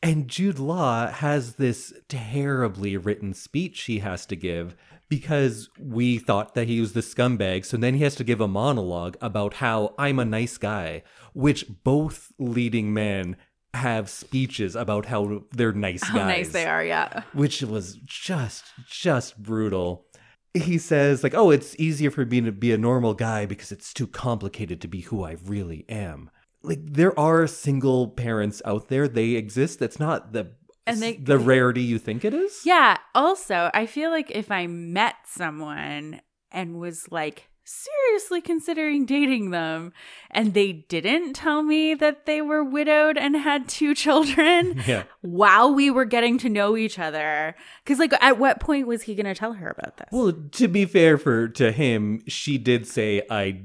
And Jude Law has this terribly written speech he has to give because we thought that he was the scumbag. So then he has to give a monologue about how I'm a nice guy, which both leading men have speeches about how they're nice How guys nice they are, yeah. which was just just brutal. He says like, "Oh, it's easier for me to be a normal guy because it's too complicated to be who I really am." Like there are single parents out there; they exist. That's not the And they- the rarity you think it is. Yeah. Also, I feel like if I met someone and was like seriously considering dating them and they didn't tell me that they were widowed and had two children Yeah. while we were getting to know each other, because like at what point was he going to tell her about this? Well, to be fair for to him, she did say, "I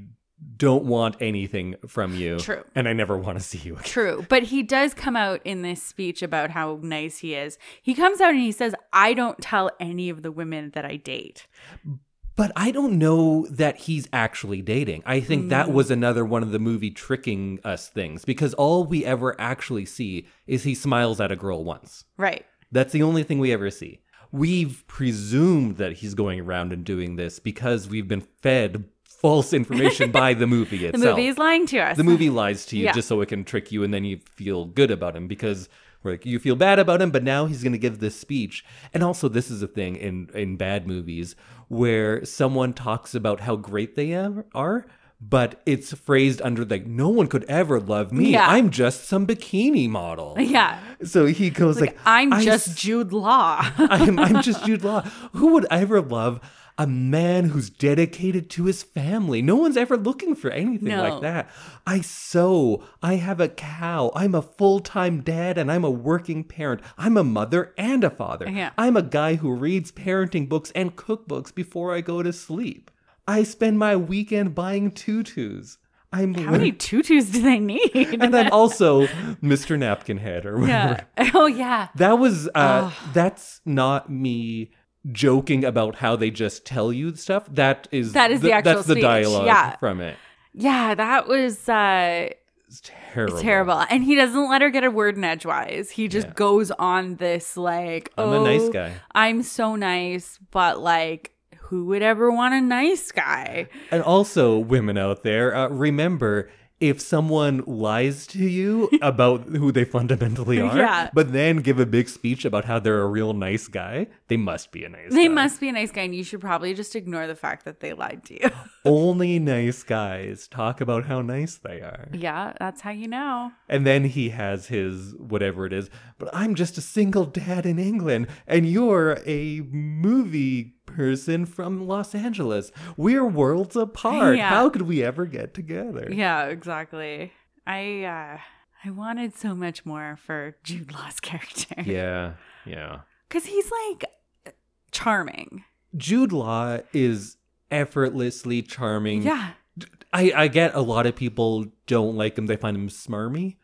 don't want anything from you, True. and I never want to see you again." True, but he does come out in this speech about how nice he is. He comes out and he says, "I don't tell any of the women that I date." But I don't know that he's actually dating. I think Mm. that was another one of the movie tricking us things because all we ever actually see is he smiles at a girl once. Right. That's the only thing we ever see. We've presumed that he's going around and doing this because we've been fed false information by the movie [laughs] The itself. movie is lying to us. The movie lies to you Yeah. just so it can trick you, and then you feel good about him because like you feel bad about him, but now he's going to give this speech. And also, this is a thing in in bad movies where someone talks about how great they am- are. But it's phrased under like no one could ever love me. Yeah. I'm just some bikini model. Yeah. So he goes like, I'm "I just Jude Law. [laughs] I'm, I'm just Jude Law. Who would ever love a man who's dedicated to his family? No one's ever looking for anything No. like that. I sew. I have a cow. I'm a full time dad and I'm a working parent. I'm a mother and a father. Yeah. I'm a guy who reads parenting books and cookbooks before I go to sleep. I spend my weekend buying tutus. I'm How many tutus do they need? [laughs] and I'm also Mr. Napkinhead or whatever [laughs] yeah. Oh yeah. that was uh that's not me joking about how they just tell you stuff. That is That is the actual that's the speech, dialogue yeah. from it. Yeah, that was uh It's terrible. terrible. And he doesn't let her get a word in edgewise. He just Yeah. goes on this like I'm a nice "Oh, guy. I'm so nice, but like who would ever want a nice guy? And also, women out there, uh, remember if someone lies to [laughs] you about who they fundamentally are, Yeah. but then give a big speech about how they're a real nice guy, they must be a nice guy. They must be a nice guy, and you should probably just ignore the fact that they lied [laughs] to you. [laughs] Only nice guys talk about how nice they are. yeah, that's how you know. And then he has his whatever it is. But I'm just a single dad in England, and you're a movie person from Los Angeles. We're worlds apart. Yeah. How could we ever get together? Yeah, exactly. I uh I wanted so much more for Jude Law's [laughs] character. [laughs] Yeah. yeah. Because he's like charming. Jude Law is effortlessly charming. Yeah. I, I get a lot of people don't like him. They find him smarmy,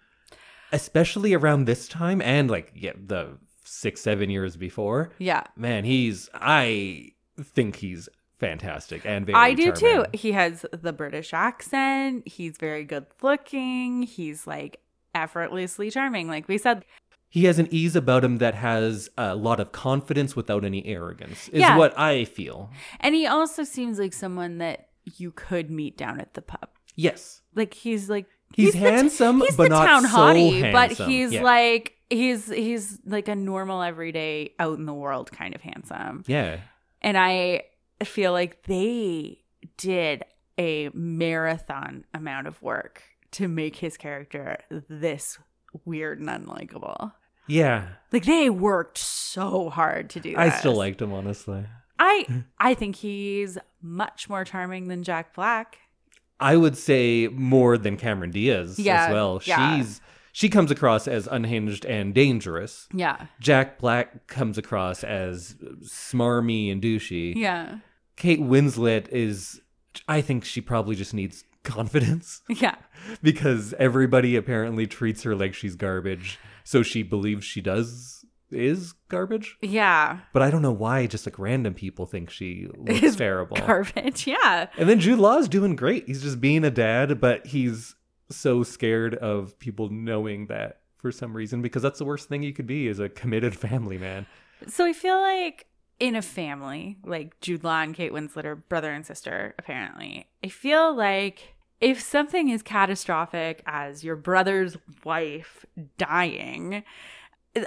especially around this time and like yeah, the six, seven years before. Yeah. man, he's I think he's fantastic and very. I do too. charming. He has the British accent. He's very good looking. He's like effortlessly charming. Like we said, He has an ease about him that has a lot of confidence without any arrogance. Is Yeah. what I feel. and he also seems like someone that you could meet down at the pub. Yes, Like he's like he's, the t- handsome, he's but the not town so hottie, handsome. but he's yeah. like he's he's like a normal everyday out in the world kind of handsome. yeah, And I feel like they did a marathon amount of work to make his character this weird and unlikable. yeah. Like they worked so hard to do that. I still liked him honestly. [laughs] I I think he's much more charming than Jack Black. I would say more than Cameron Diaz Yeah, as well. yeah. She's she comes across as unhinged and dangerous. Yeah. Jack Black comes across as smarmy and douchey. Yeah. Kate Winslet is, I think she probably just needs confidence [laughs] Yeah. because everybody apparently treats her like she's garbage. So she believes she does is garbage. Yeah. But I don't know why just like random people think she looks Is terrible. Garbage. Yeah. and then Jude Law's doing great. He's just being a dad, but he's so scared of people knowing that for some reason because that's the worst thing you could be is a committed family man. So I feel like in a family, like Jude Law and Kate Winslet are brother and sister, apparently. I feel like if something is catastrophic as your brother's wife dying,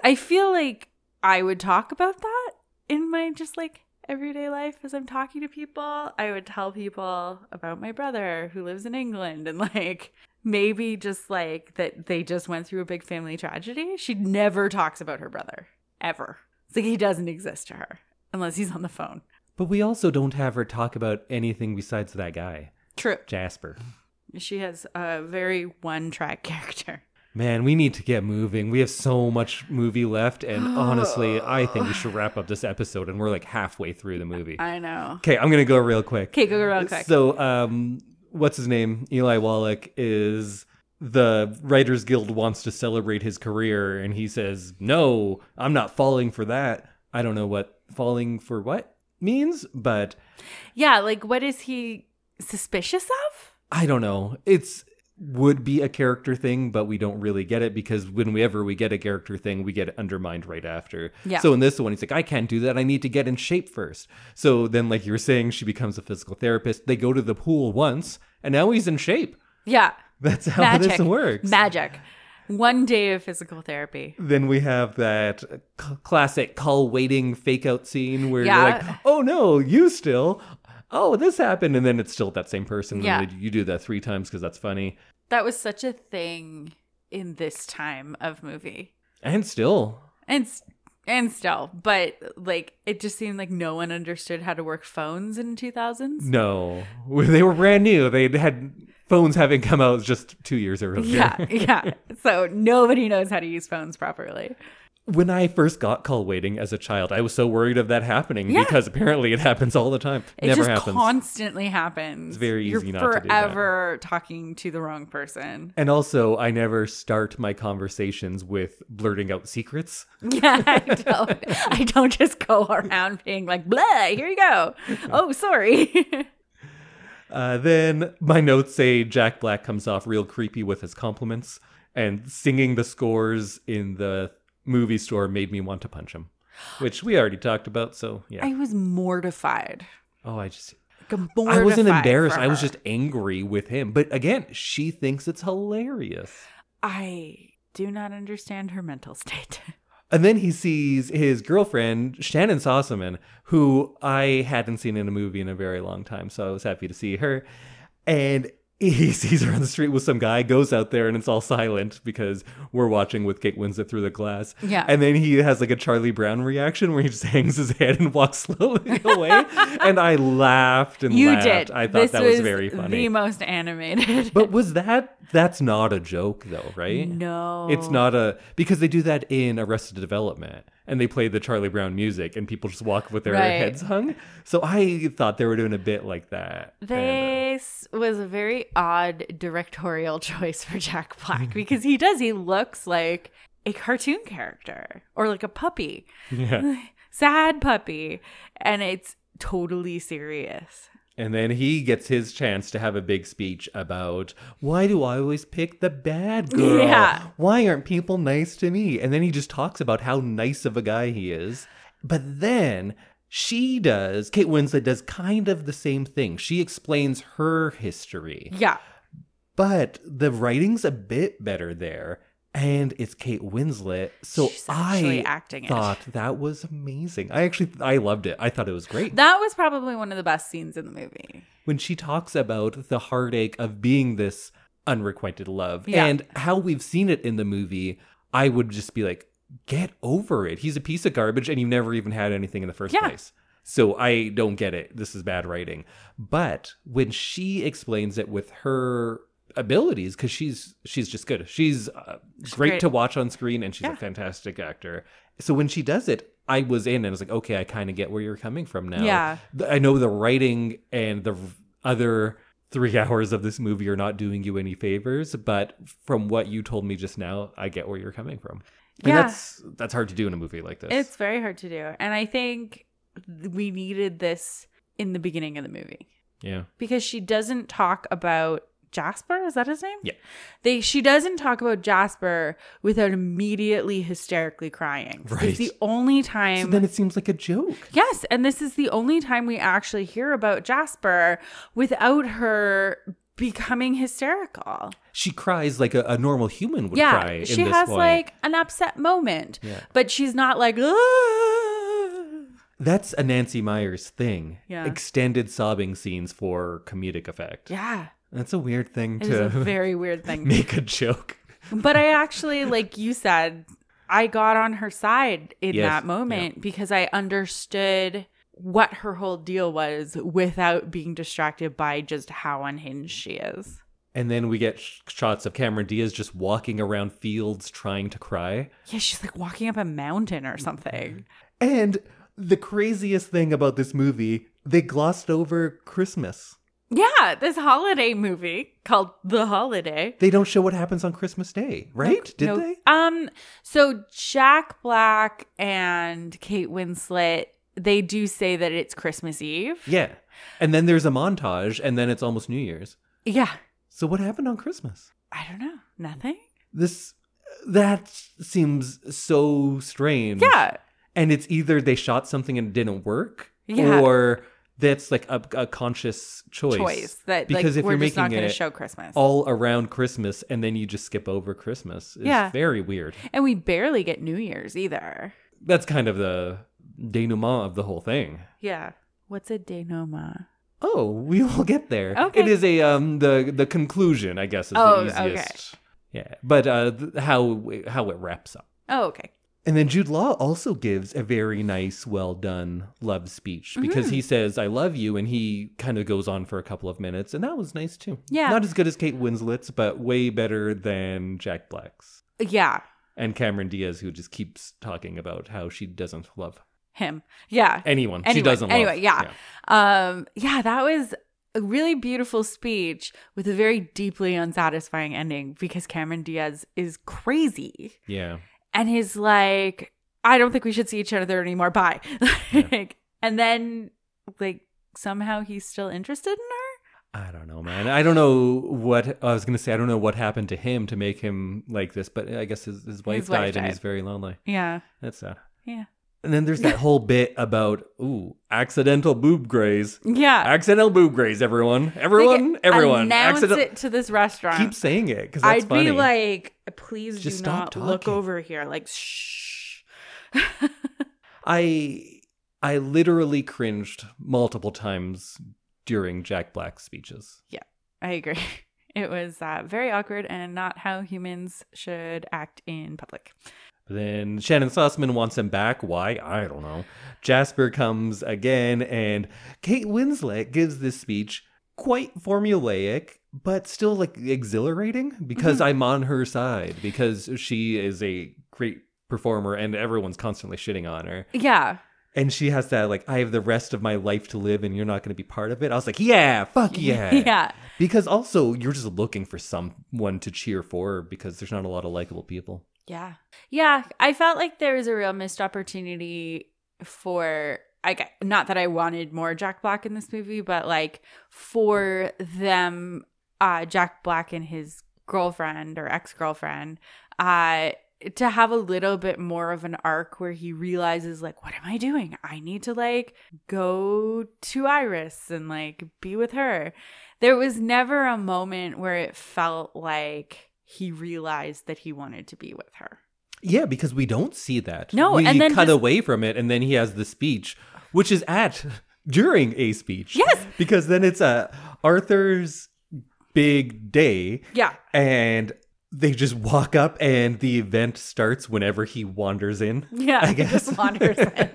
I feel like I would talk about that in my just like everyday life as I'm talking to people. I would tell people about my brother who lives in England and like maybe just like that they just went through a big family tragedy. She never talks about her brother ever. It's like he doesn't exist to her unless he's on the phone. But we also don't have her talk about anything besides that guy, True. Jasper. She has a very one track [laughs] character. Man, we need to get moving. We have so much movie left, [gasps] and honestly, I think we should wrap up this episode, and we're like halfway through the movie. I know. Okay, I'm gonna go real quick. Okay, go go real quick. So, um, what's his name? Eli Wallach is the Writers Guild wants to celebrate his career, and he says, "No, I'm not falling for that. I don't know what falling for what means, but yeah, like what is he suspicious of? I don't know. It's would be a character thing, but we don't really get it because whenever we get a character thing, we get it undermined right after. Yeah. So in this one, he's like, I can't do that. I need to get in shape first. So then, like you were saying, she becomes a physical therapist. They go to the pool once, and now he's in shape. [laughs] Yeah. That's how Magic this works. Magic. One day of physical therapy. then we have that c- classic call waiting fake out scene where Yeah. you're like, oh no, you still. Oh, this happened. And then it's still that same person. And Yeah. then You do that three times because that's funny. That was such a thing in this time of movie. And still, And s- and still, but like it just seemed like no one understood how to work phones in 2000s. No, [laughs] they were brand new. They had phones having come out just two years earlier. Yeah, yeah. So nobody knows how to use phones properly. [laughs] When I first got call waiting as a child, I was so worried of that happening Yeah. because apparently it happens all the time. It Never just happens. constantly happens. It's very You're easy not to do forever that. talking to the wrong person. [laughs] and also, I never start my conversations with blurting out secrets. Yeah, I don't. I don't just go around being like, "Blah, here you go." Oh, sorry. [laughs] Uh, then my notes say Jack Black comes off real creepy with his compliments, and singing the scores in the movie store made me want to punch him, which we already talked about. So, yeah. I was mortified. oh, I just. mortified I wasn't for embarrassed. I was her. just angry with him. But again, she thinks it's hilarious. I do not understand her mental state. [laughs] And then he sees his girlfriend, Shannon Sossaman, who I hadn't seen in a movie in a very long time. So I was happy to see her. And he [laughs] sees her on the street with some guy, goes out there, and it's all silent because we're watching with Kate Winslet through the glass. Yeah. And then he has like a Charlie Brown reaction where he just [laughs] hangs his head and walks [laughs] slowly away. and I laughed and you laughed. did. I thought This that was, very funny. The most animated. But was that that's not a joke though, right? [laughs] no, It's not a because they do that in Arrested Development and they play the Charlie Brown music and people just walk with their Right. heads hung. So I thought they were doing a bit like that. And, uh, This was a very odd directorial [laughs] choice for Jack [laughs] Black because he does. He looks like a cartoon character or like a puppy. yeah. sad puppy and it's totally serious And then he gets his chance to have a big speech about why do I always pick the bad girl? Yeah. Why aren't people nice to me? And then he just talks about how nice of a guy he is. But then she does, Kate Winslet does kind of the same thing. She explains her history. yeah But the writing's a bit better there. And it's Kate Winslet. So She's actually I acting thought that was amazing. I actually I loved it. I thought it was great. it that was probably one of the best scenes in the movie when she talks about the heartache of being this unrequited love Yeah. and how we've seen it in the movie, I would just be like, get over it. He's a piece of garbage and you never even had anything in the first Yeah. place. So I don't get it. This is bad writing. But when she explains it with her abilities because she's she's just good she's, uh, great, great. to watch on screen and she's Yeah. a fantastic actor so when she does it i was in and i was like okay i kind of get where you're coming from now Yeah. Th- I know the writing and the r- other three [laughs] hours of this movie are not doing you any favors, but from what you told me just now, I get where you're coming from. And Yeah. that's that's hard to do in a movie like this. it's very hard to do and i think th- we needed this in the beginning of the movie yeah. because she doesn't talk about Jasper, is that his name? Yeah. They she doesn't talk about Jasper without immediately hysterically crying. Right. It's the only time So then it seems like a joke. Yes, and this is the only time we actually hear about Jasper without her becoming hysterical. She cries like a, a normal human would yeah, cry. she in this has one. like an upset moment, Yeah. but she's not like "Ah." That's a Nancy Myers thing. Yeah. Extended sobbing scenes for comedic effect. Yeah, That's a weird thing it is a to very weird thing. [laughs] make a joke. but I actually, like you said, I got on her side in Yes, that moment because I understood what her whole deal was without being distracted by just how unhinged she is. And then we get sh- shots of Cameron Diaz just walking around fields trying to cry. Yeah, she's like walking up a mountain or something. And the craziest thing about this movie, they glossed over Christmas. Yeah, this holiday movie called The Holiday. They don't show what happens on Christmas Day, right? Did No- they? Um, so Jack Black and Kate Winslet, they do say that it's Christmas Eve. Yeah. And then there's a montage, and then it's almost New Year's. Yeah. So what happened on Christmas? I don't know. Nothing? This that seems so strange. Yeah. And it's either they shot something and it didn't work, Yeah. or that's like a, a conscious choice. Choice that Because like if we're you're just not making gonna it show Christmas. all around Christmas and then you just skip over Christmas. It's Yeah. very weird. and we barely get New Year's either. That's kind of the denouement of the whole thing. Yeah. What's a denoma? Oh, [laughs] we will get there. Okay. It is a um the the conclusion, I guess, is Oh, the okay. easiest. Yeah, but uh, th- how how it wraps up, Oh, okay. and then Jude Law also gives a very nice, well done love speech because Mm-hmm. he says "I love you" and he kind of goes on for a couple of minutes, and that was nice too. Yeah. not as good as Kate Winslet's, but way better than Jack Black's Yeah. and Cameron Diaz, who just keeps talking about how she doesn't love Him. Yeah. anyone. she Anyone. doesn't. love. Anyway, yeah. Um, yeah, that was a really beautiful speech with a very deeply unsatisfying ending because Cameron Diaz is crazy yeah. and is like, I don't think we should see each other anymore. Bye. [laughs] like, And then, like, somehow he's still interested in her. I don't know, man. I don't know what I was gonna say. I don't know what happened to him to make him like this, but I guess his, his wife wife died and died. he's very lonely. Yeah. That's sad. Yeah. And then there's that [laughs] whole bit about ooh, accidental boob graze, Yeah. accidental boob graze. Everyone, everyone, everyone. Announce Accident- it to this restaurant. Keep saying it because that's I'd funny. be like, please Just do not stop look talking. over here. Like, shh. I I literally cringed multiple times during Jack Black's speeches. I agree. [laughs] It was uh, very awkward and not how humans should act in public. Then Shannon Sussman wants him back. Why? I don't know. Jasper comes again, and Kate Winslet gives this speech quite formulaic, but still like exhilarating because I'm on her side because she is a great performer and everyone's constantly shitting on her. Yeah. And she has that, like, I have the rest of my life to live and you're not going to be part of it. I was like, yeah, fuck [laughs] yeah. [laughs] Yeah. Because also, you're just looking for someone to cheer for because there's not a lot of likable people. Yeah. Yeah. I felt like there was a real missed opportunity for, I gue- not that I wanted more Jack Black in this movie, but like for them, uh, Jack Black and his girlfriend or ex girlfriend, uh, to have a little bit more of an arc where he realizes like what am i doing i need to like go to iris and like be with her there was never a moment where it felt like he realized that he wanted to be with her Yeah, because we don't see that. No, we and then cut just- away from it, and then he has the speech, which is at [laughs] during a speech. Yes. because then it's uh, Arthur's big day, yeah and they just walk up, and the event starts whenever he wanders in. yeah I he guess. [laughs] just wanders in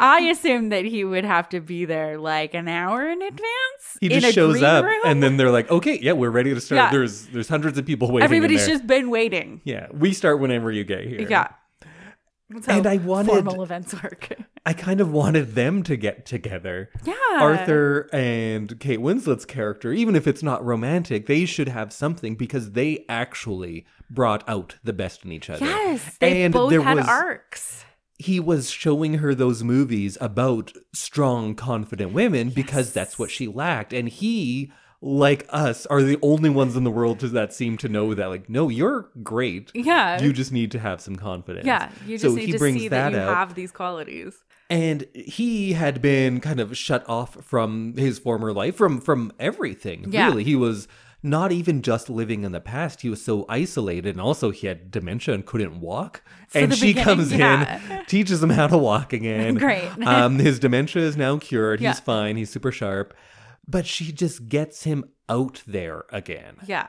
i assumed that he would have to be there like an hour in advance [laughs] He in just a shows green up, room. and then they're like, "Okay, yeah, we're ready to start." Yeah. There's there's hundreds of people waiting. in everybody's there. just been waiting yeah. We start whenever you get here. yeah That's And how I wanted- formal events work [laughs] I kind of wanted them to get together. yeah [laughs] Arthur and Kate Winslet's character, even if it's not romantic, they should have something because they actually brought out the best in each other. Yes, they both had arcs. He was showing her those movies about strong, confident women because that's what she lacked, and he like us are the only ones in the world to, that seem to know that. Like, no, you're great. Yeah. You just need to have some confidence. yeah. You just So need he to brings see that, that you out. have these qualities. And he had been kind of shut off from his former life, from from everything. Yeah. Really, he was not even just living in the past. He was so isolated, and also he had dementia and couldn't walk. For and the she beginning, comes yeah. in, [laughs] teaches him how to walk [laughs] again. Great. um, his dementia is now cured. Yeah. He's fine. He's super sharp. But she just gets him out there again. Yeah.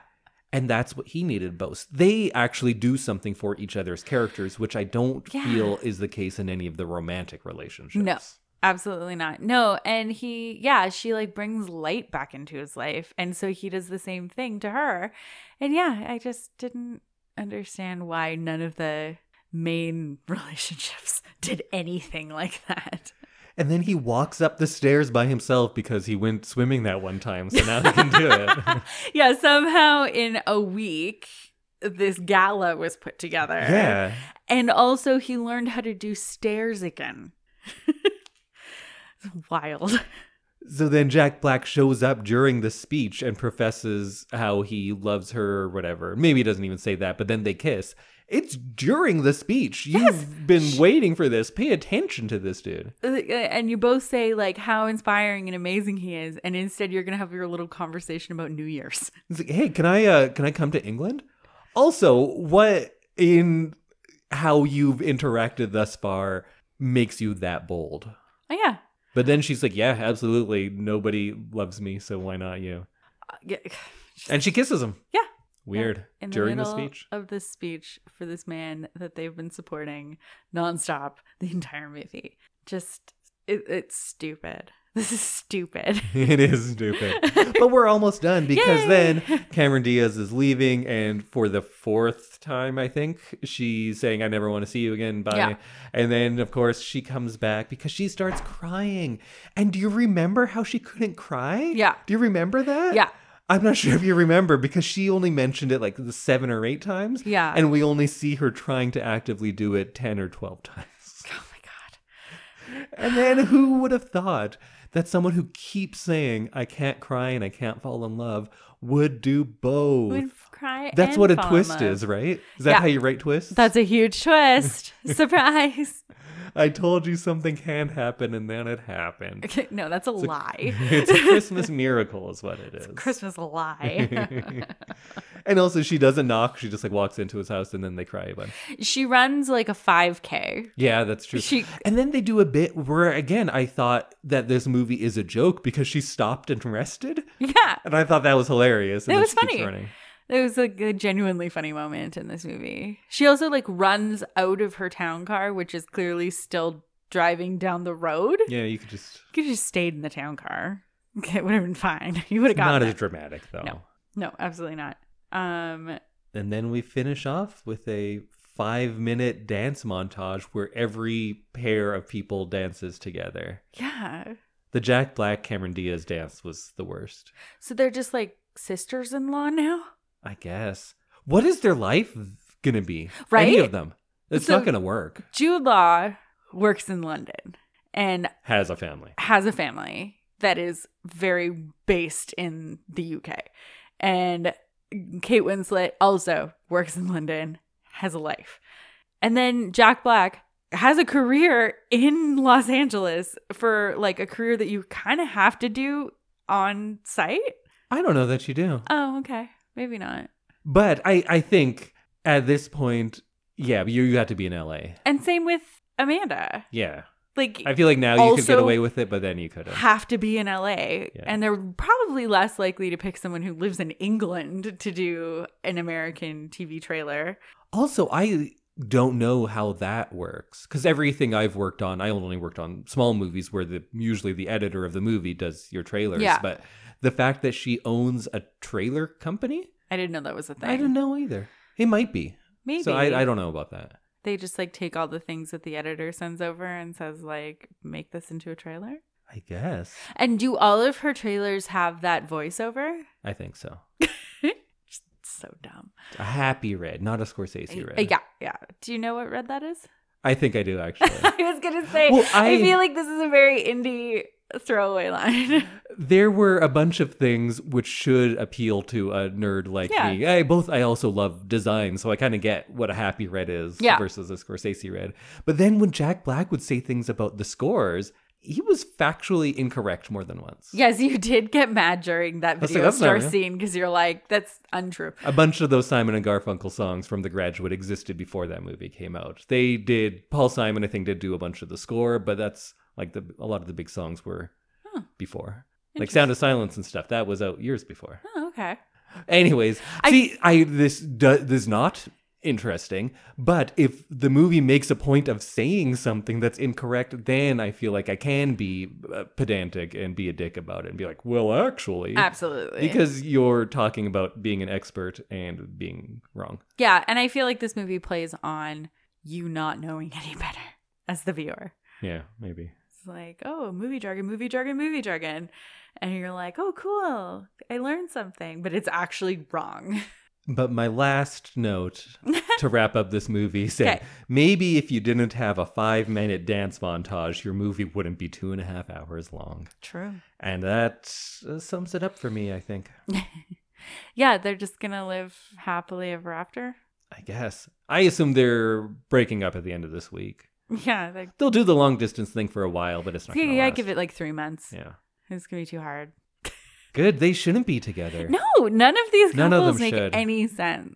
And that's what he needed most. They actually do something for each other's characters, which I don't Yeah. feel is the case in any of the romantic relationships. No. Absolutely not. No. And he, yeah, she like brings light back into his life. And so he does the same thing to her. And yeah, I just didn't understand why none of the main [laughs] relationships [laughs] did anything like that. And then he walks up the stairs by himself because he went swimming that one time, so now he can do [laughs] it. yeah, somehow in a week, this gala was put together. yeah. And also, he learned how to do stairs again. [laughs] It's Wild. So then Jack Black shows up during the speech and professes how he loves her or whatever. Maybe he doesn't even say that, but then they kiss. It's during the speech. You've been waiting for this. Pay attention to this dude. Uh, And you both say, like, how inspiring and amazing he is. And instead, you're going to have your little conversation about New Year's. He's like, hey, can I uh can I come to England? Also, what in how you've interacted thus far makes you that bold? Oh, [laughs] yeah. But then she's like, "Yeah, absolutely. Nobody loves me, so why not you?" Uh, yeah. [sighs] And she kisses him. Yeah. Weird. In During the, middle speech. of this speech for this man that they've been supporting nonstop the entire movie. Just, it, it's stupid. [laughs] This is stupid. [laughs] [laughs] it is stupid. but we're almost done because Yay! then Cameron Diaz is leaving and for the fourth time, I think, she's saying I never want to see you again. Bye. Yeah. And then of course she comes back because she starts crying. And do you remember how she couldn't cry? Yeah. Do you remember that? Yeah. I'm not sure if you remember because she only mentioned it like the seven or eight times. Yeah. And we only see her trying to actively do it 10 or 12 [laughs] times. oh, my God. And then who would have thought that someone who keeps saying, I can't cry and I can't fall in love would do both? would cry. That's and what a fall in twist love. is, right? Is that Yeah. how you write twists? That's a [laughs] huge twist. Surprise. I told you something can happen and then it [laughs] happened. Okay, [laughs] no, that's [laughs] a lie. It's a Christmas miracle, is what it is. [laughs] Christmas lie. [laughs] and also, she doesn't knock. She just like walks into his house and then they cry again. she runs like a 5K. Yeah, that's true. She- and then they do a bit where, again, I thought that this movie is a joke because she stopped and rested. [laughs] Yeah. And I thought that was hilarious. And That then was she keeps funny. running. It was like a genuinely funny moment in this movie. She also like runs out of her town car, which is clearly still driving down the road. Yeah, you could just. You could have just stayed in the town car. Okay, it would have been fine. [laughs] You would have It's not gotten as it. dramatic, though. No. No, absolutely not. Um And then we finish off with a five minute dance montage where every pair of people dances together. yeah. The Jack Black Cameron Diaz dance was the worst, So they're just like sisters in law now? I guess. What is their life going to be? Any Right? of them. It's So- not going to work. Jude Law works in London and Has a family. has a family that is very based in the UK. And Kate Winslet also works in London, has a life. And then Jack Black has a career in Los Angeles for like a career that you kind of have to do on site. I don't know that you do. Oh, okay. Maybe not. But I, I think at this point, yeah, you, you have to be in LA. And same with Amanda. Yeah. Like I feel like now you could get Also- away with it, but then you couldn't. have to be in LA. Yeah. And they're probably less likely to pick someone who lives in England to do an American TV trailer. Also, I don't know how that works because everything I've worked on, I only worked on small movies where the usually the editor of the movie does your trailers. Yeah. But the fact that she owns a trailer company, I didn't know that was a thing. I don't know either. It might be. Maybe. So I, I don't know about that. They just like take all the things that the editor sends over and says, like, make this into a trailer. I guess. And do all of her trailers have that voiceover? I think so. Just so dumb. A happy red, not a Scorsese red. Yeah, yeah. Do you know what red that is? [laughs] I think I do actually. I was gonna say Well, I- I feel like this is a very indie throwaway line. [laughs] There were a bunch of things which should appeal to a nerd like Yeah. me. I both I also love design, so I kind of get what a happy red is Yeah. versus a Scorsese red. But then when Jack Black would say things about the scores, he was factually incorrect more than once. yes, you did get mad during that That's- video that's not star real. scene because you're like, that's untrue. A bunch of those Simon and Garfunkel songs from The Graduate existed before that movie came out. They did Paul Simon, I think, did do a bunch of the score, but that's like the a lot of the big songs were Huh. before. Like Sound of Silence and stuff that was out years before. Oh, okay. Anyways, I- see, I this do, this is not interesting. But if the movie makes a point of saying something that's incorrect, then I feel like I can be uh, pedantic and be a dick about it and be like, "Well, actually," Absolutely. because you're talking about being an expert and being wrong. yeah, and I feel like this movie plays on you not knowing [laughs] any better as the viewer. Yeah, maybe. It's like, oh, movie jargon, movie jargon, movie jargon. And you're like, oh, cool. I learned something, but it's actually wrong. [laughs] But my last note to wrap up this movie said Okay. maybe if you didn't have a five minute dance montage, your movie wouldn't be two and a half hours long. True. And that uh, sums it up for me, I think. Yeah, they're just going to live happily ever after. [laughs] I guess. I assume they're breaking up at the end of this week. Yeah. Like, They'll do the long distance thing for a while, but it's not yeah, going to yeah, give it like three months. Yeah. It's going to be too hard. Good. They shouldn't be together. No, none of these None of couples them make should. any sense.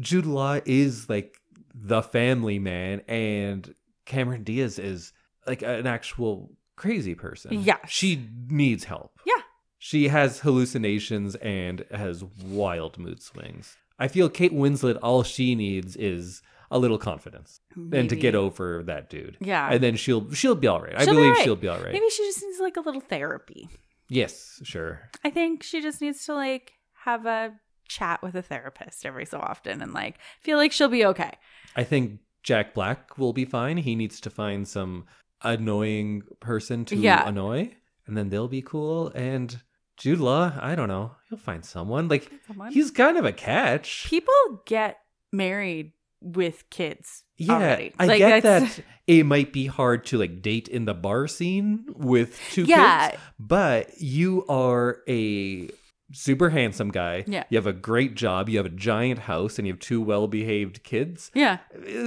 Jude Law is like the family man, and Cameron Diaz is like an actual crazy person. Yes. She needs help. Yeah. She has hallucinations and has wild mood swings. I feel Kate Winslet, all she needs is a little confidence and to Maybe. get over that dude. Yeah. And then she'll she'll be all right. I She'll be believe all right. she'll be all right. Maybe she just needs like a little therapy. Yes, sure. I think she just needs to like have a chat with a therapist every so often and like feel like she'll be okay. I think Jack Black will be fine. He needs to find some annoying person to Yeah. annoy, and then they'll be cool. And Jude Law, I don't know, he'll find someone. Like Someone. he's kind of a catch. people get married with kids Yeah, already. I Like, get that's- that it might be hard to like date in the bar scene with two Yeah. kids, but you are a super handsome guy. Yeah. You have a great job, you have a giant house, and you have two well-behaved kids. Yeah.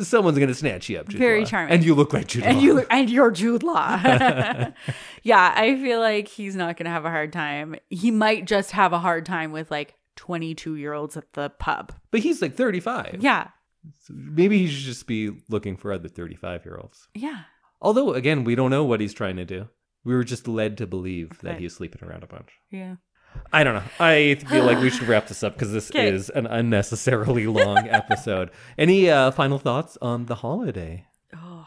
Someone's going to snatch you up, Jude Very Law. charming. And you look like Jude And Law. you and you're Jude [laughs] Law. [laughs] yeah, I feel like he's not going to have a hard time. He might just have a hard time with like 22-year-olds at the pub. But he's like 35. Yeah. So maybe he should just be looking for other 35 year olds. Yeah. Although, again, we don't know what he's trying to do. We were just led to believe that Okay. he's sleeping around a bunch. Yeah. I don't know. I feel like we should wrap this up [sighs] because this 'Kay. is an unnecessarily [laughs] long episode. Any uh, final thoughts on the holiday? Oh,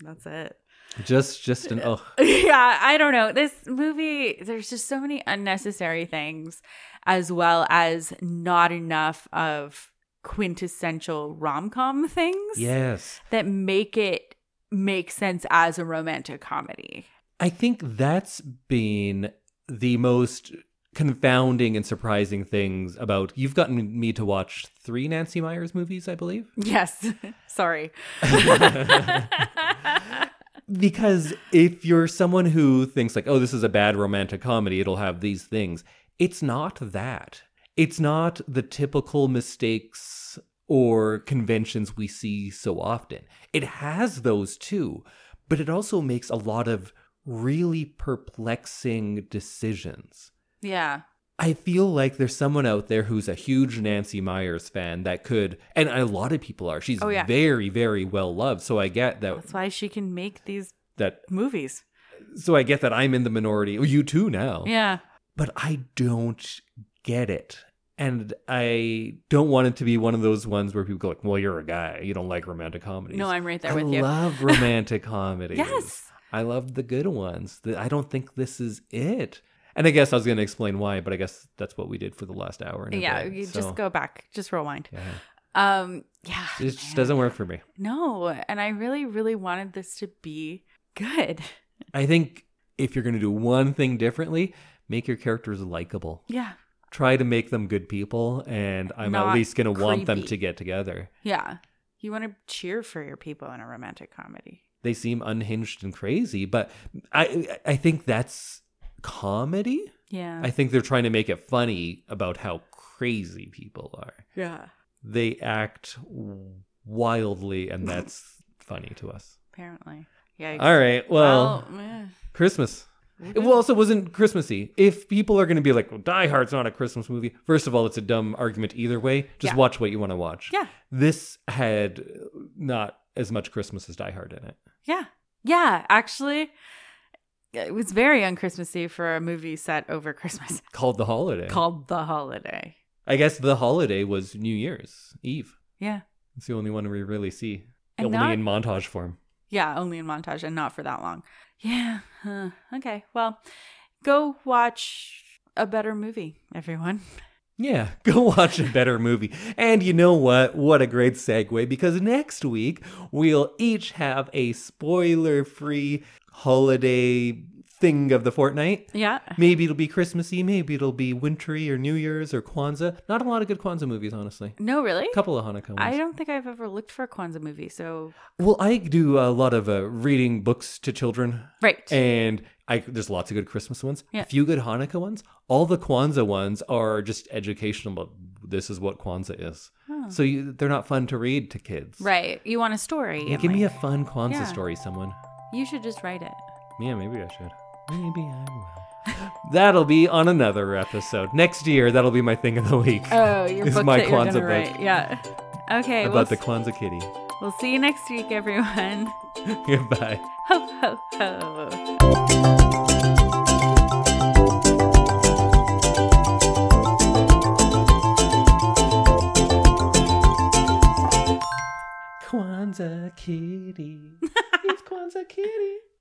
that's it. Just, just an Uh, oh. [laughs] yeah, I don't know. This movie, there's just so many unnecessary things, as well as not enough of quintessential rom com things Yes. that make it make sense as a romantic comedy. I think that's been the most confounding and surprising things about. You've gotten me to watch three Nancy Myers movies, I believe. Yes. [laughs] [laughs] Sorry. because if you're someone who thinks like oh this is a bad romantic comedy it'll have these things it's not that it's not the typical mistakes or conventions we see so often it has those too but it also makes a lot of really perplexing decisions yeah. I feel like there's someone out there who's a huge Nancy Myers fan that could, and a lot of people are. She's Oh, yeah. very, very well loved. So I get that That's why she can make these that movies. so I get that I'm in the minority. Oh, You too now. Yeah. But I don't get it. And I don't want it to be one of those ones where people go like, "Well, you're a guy. You don't like romantic comedies." No, I'm right there I with you. [laughs] love romantic comedies. Yes. I love the good ones. The- I don't think this is it. And I guess I was going to explain why, but I guess that's what we did for the last hour. And a Yeah. bit, You so, just go back, just rewind. Yeah. Um, yeah. It just man. doesn't work for me. No, and I really, really wanted this to be good. [laughs] I think if you're going to do one thing differently, make your characters likable. Yeah. try to make them good people and i'm at Not least going to want them creepy. to get together Yeah. You want to cheer for your people in a romantic comedy. they seem unhinged and crazy, but I I think that's comedy. Yeah. I think they're trying to make it funny about how crazy people are. yeah. They act wildly [laughs] and that's funny to us. Apparently. Oh, Yeah. All right. Well, yeah. Christmas. It also wasn't Christmassy. If people are going to be like, well, Die Hard's not a Christmas movie, first of all, it's a dumb argument either way. Just Yeah. watch what you want to watch. Yeah. This had uh, not as much Christmas as Die Hard in it. Yeah. Yeah. Actually, it was very unchristmassy for a movie set over Christmas Called The Holiday. called The Holiday. I guess The Holiday was New Year's Eve. Yeah. It's the only one we really see. And only not- in montage form. Yeah, only in montage and not for that long. Yeah. huh. Okay. Well, go watch a better movie, everyone. [laughs] Yeah, [laughs] go watch a better movie. And you know what? What a great segue because next week we'll each have a spoiler free holiday thing of the fortnight. Yeah. Maybe it'll be Christmassy, maybe it'll be wintry or New Year's or Kwanzaa. Not a lot of good Kwanzaa movies, honestly. No, really? A couple of Hanukkah ones. I don't think I've ever looked for a Kwanzaa movie. So, well, I do a lot of uh, reading books to children right. and I there's lots of good Christmas ones, Yeah. a few good Hanukkah ones. All the Kwanzaa ones are just educational. But this is what Kwanzaa is, so you, they're not fun to read to kids. right. You want a story. Yeah, and, give me a like, fun Kwanzaa Yeah. story, someone. You should just write it. Yeah, maybe I should. Maybe I will. [laughs] that'll be on another episode next year. That'll be my thing of the week Oh, your It's book my that you're Kwanzaa gonna book. write. Yeah. Okay. We'll, about the Kwanzaa kitty. [laughs] s- we'll see you next week, everyone. [laughs] Goodbye. Ho ho ho. [laughs] Kwanzaa kitty. it's Kwanzaa kitty.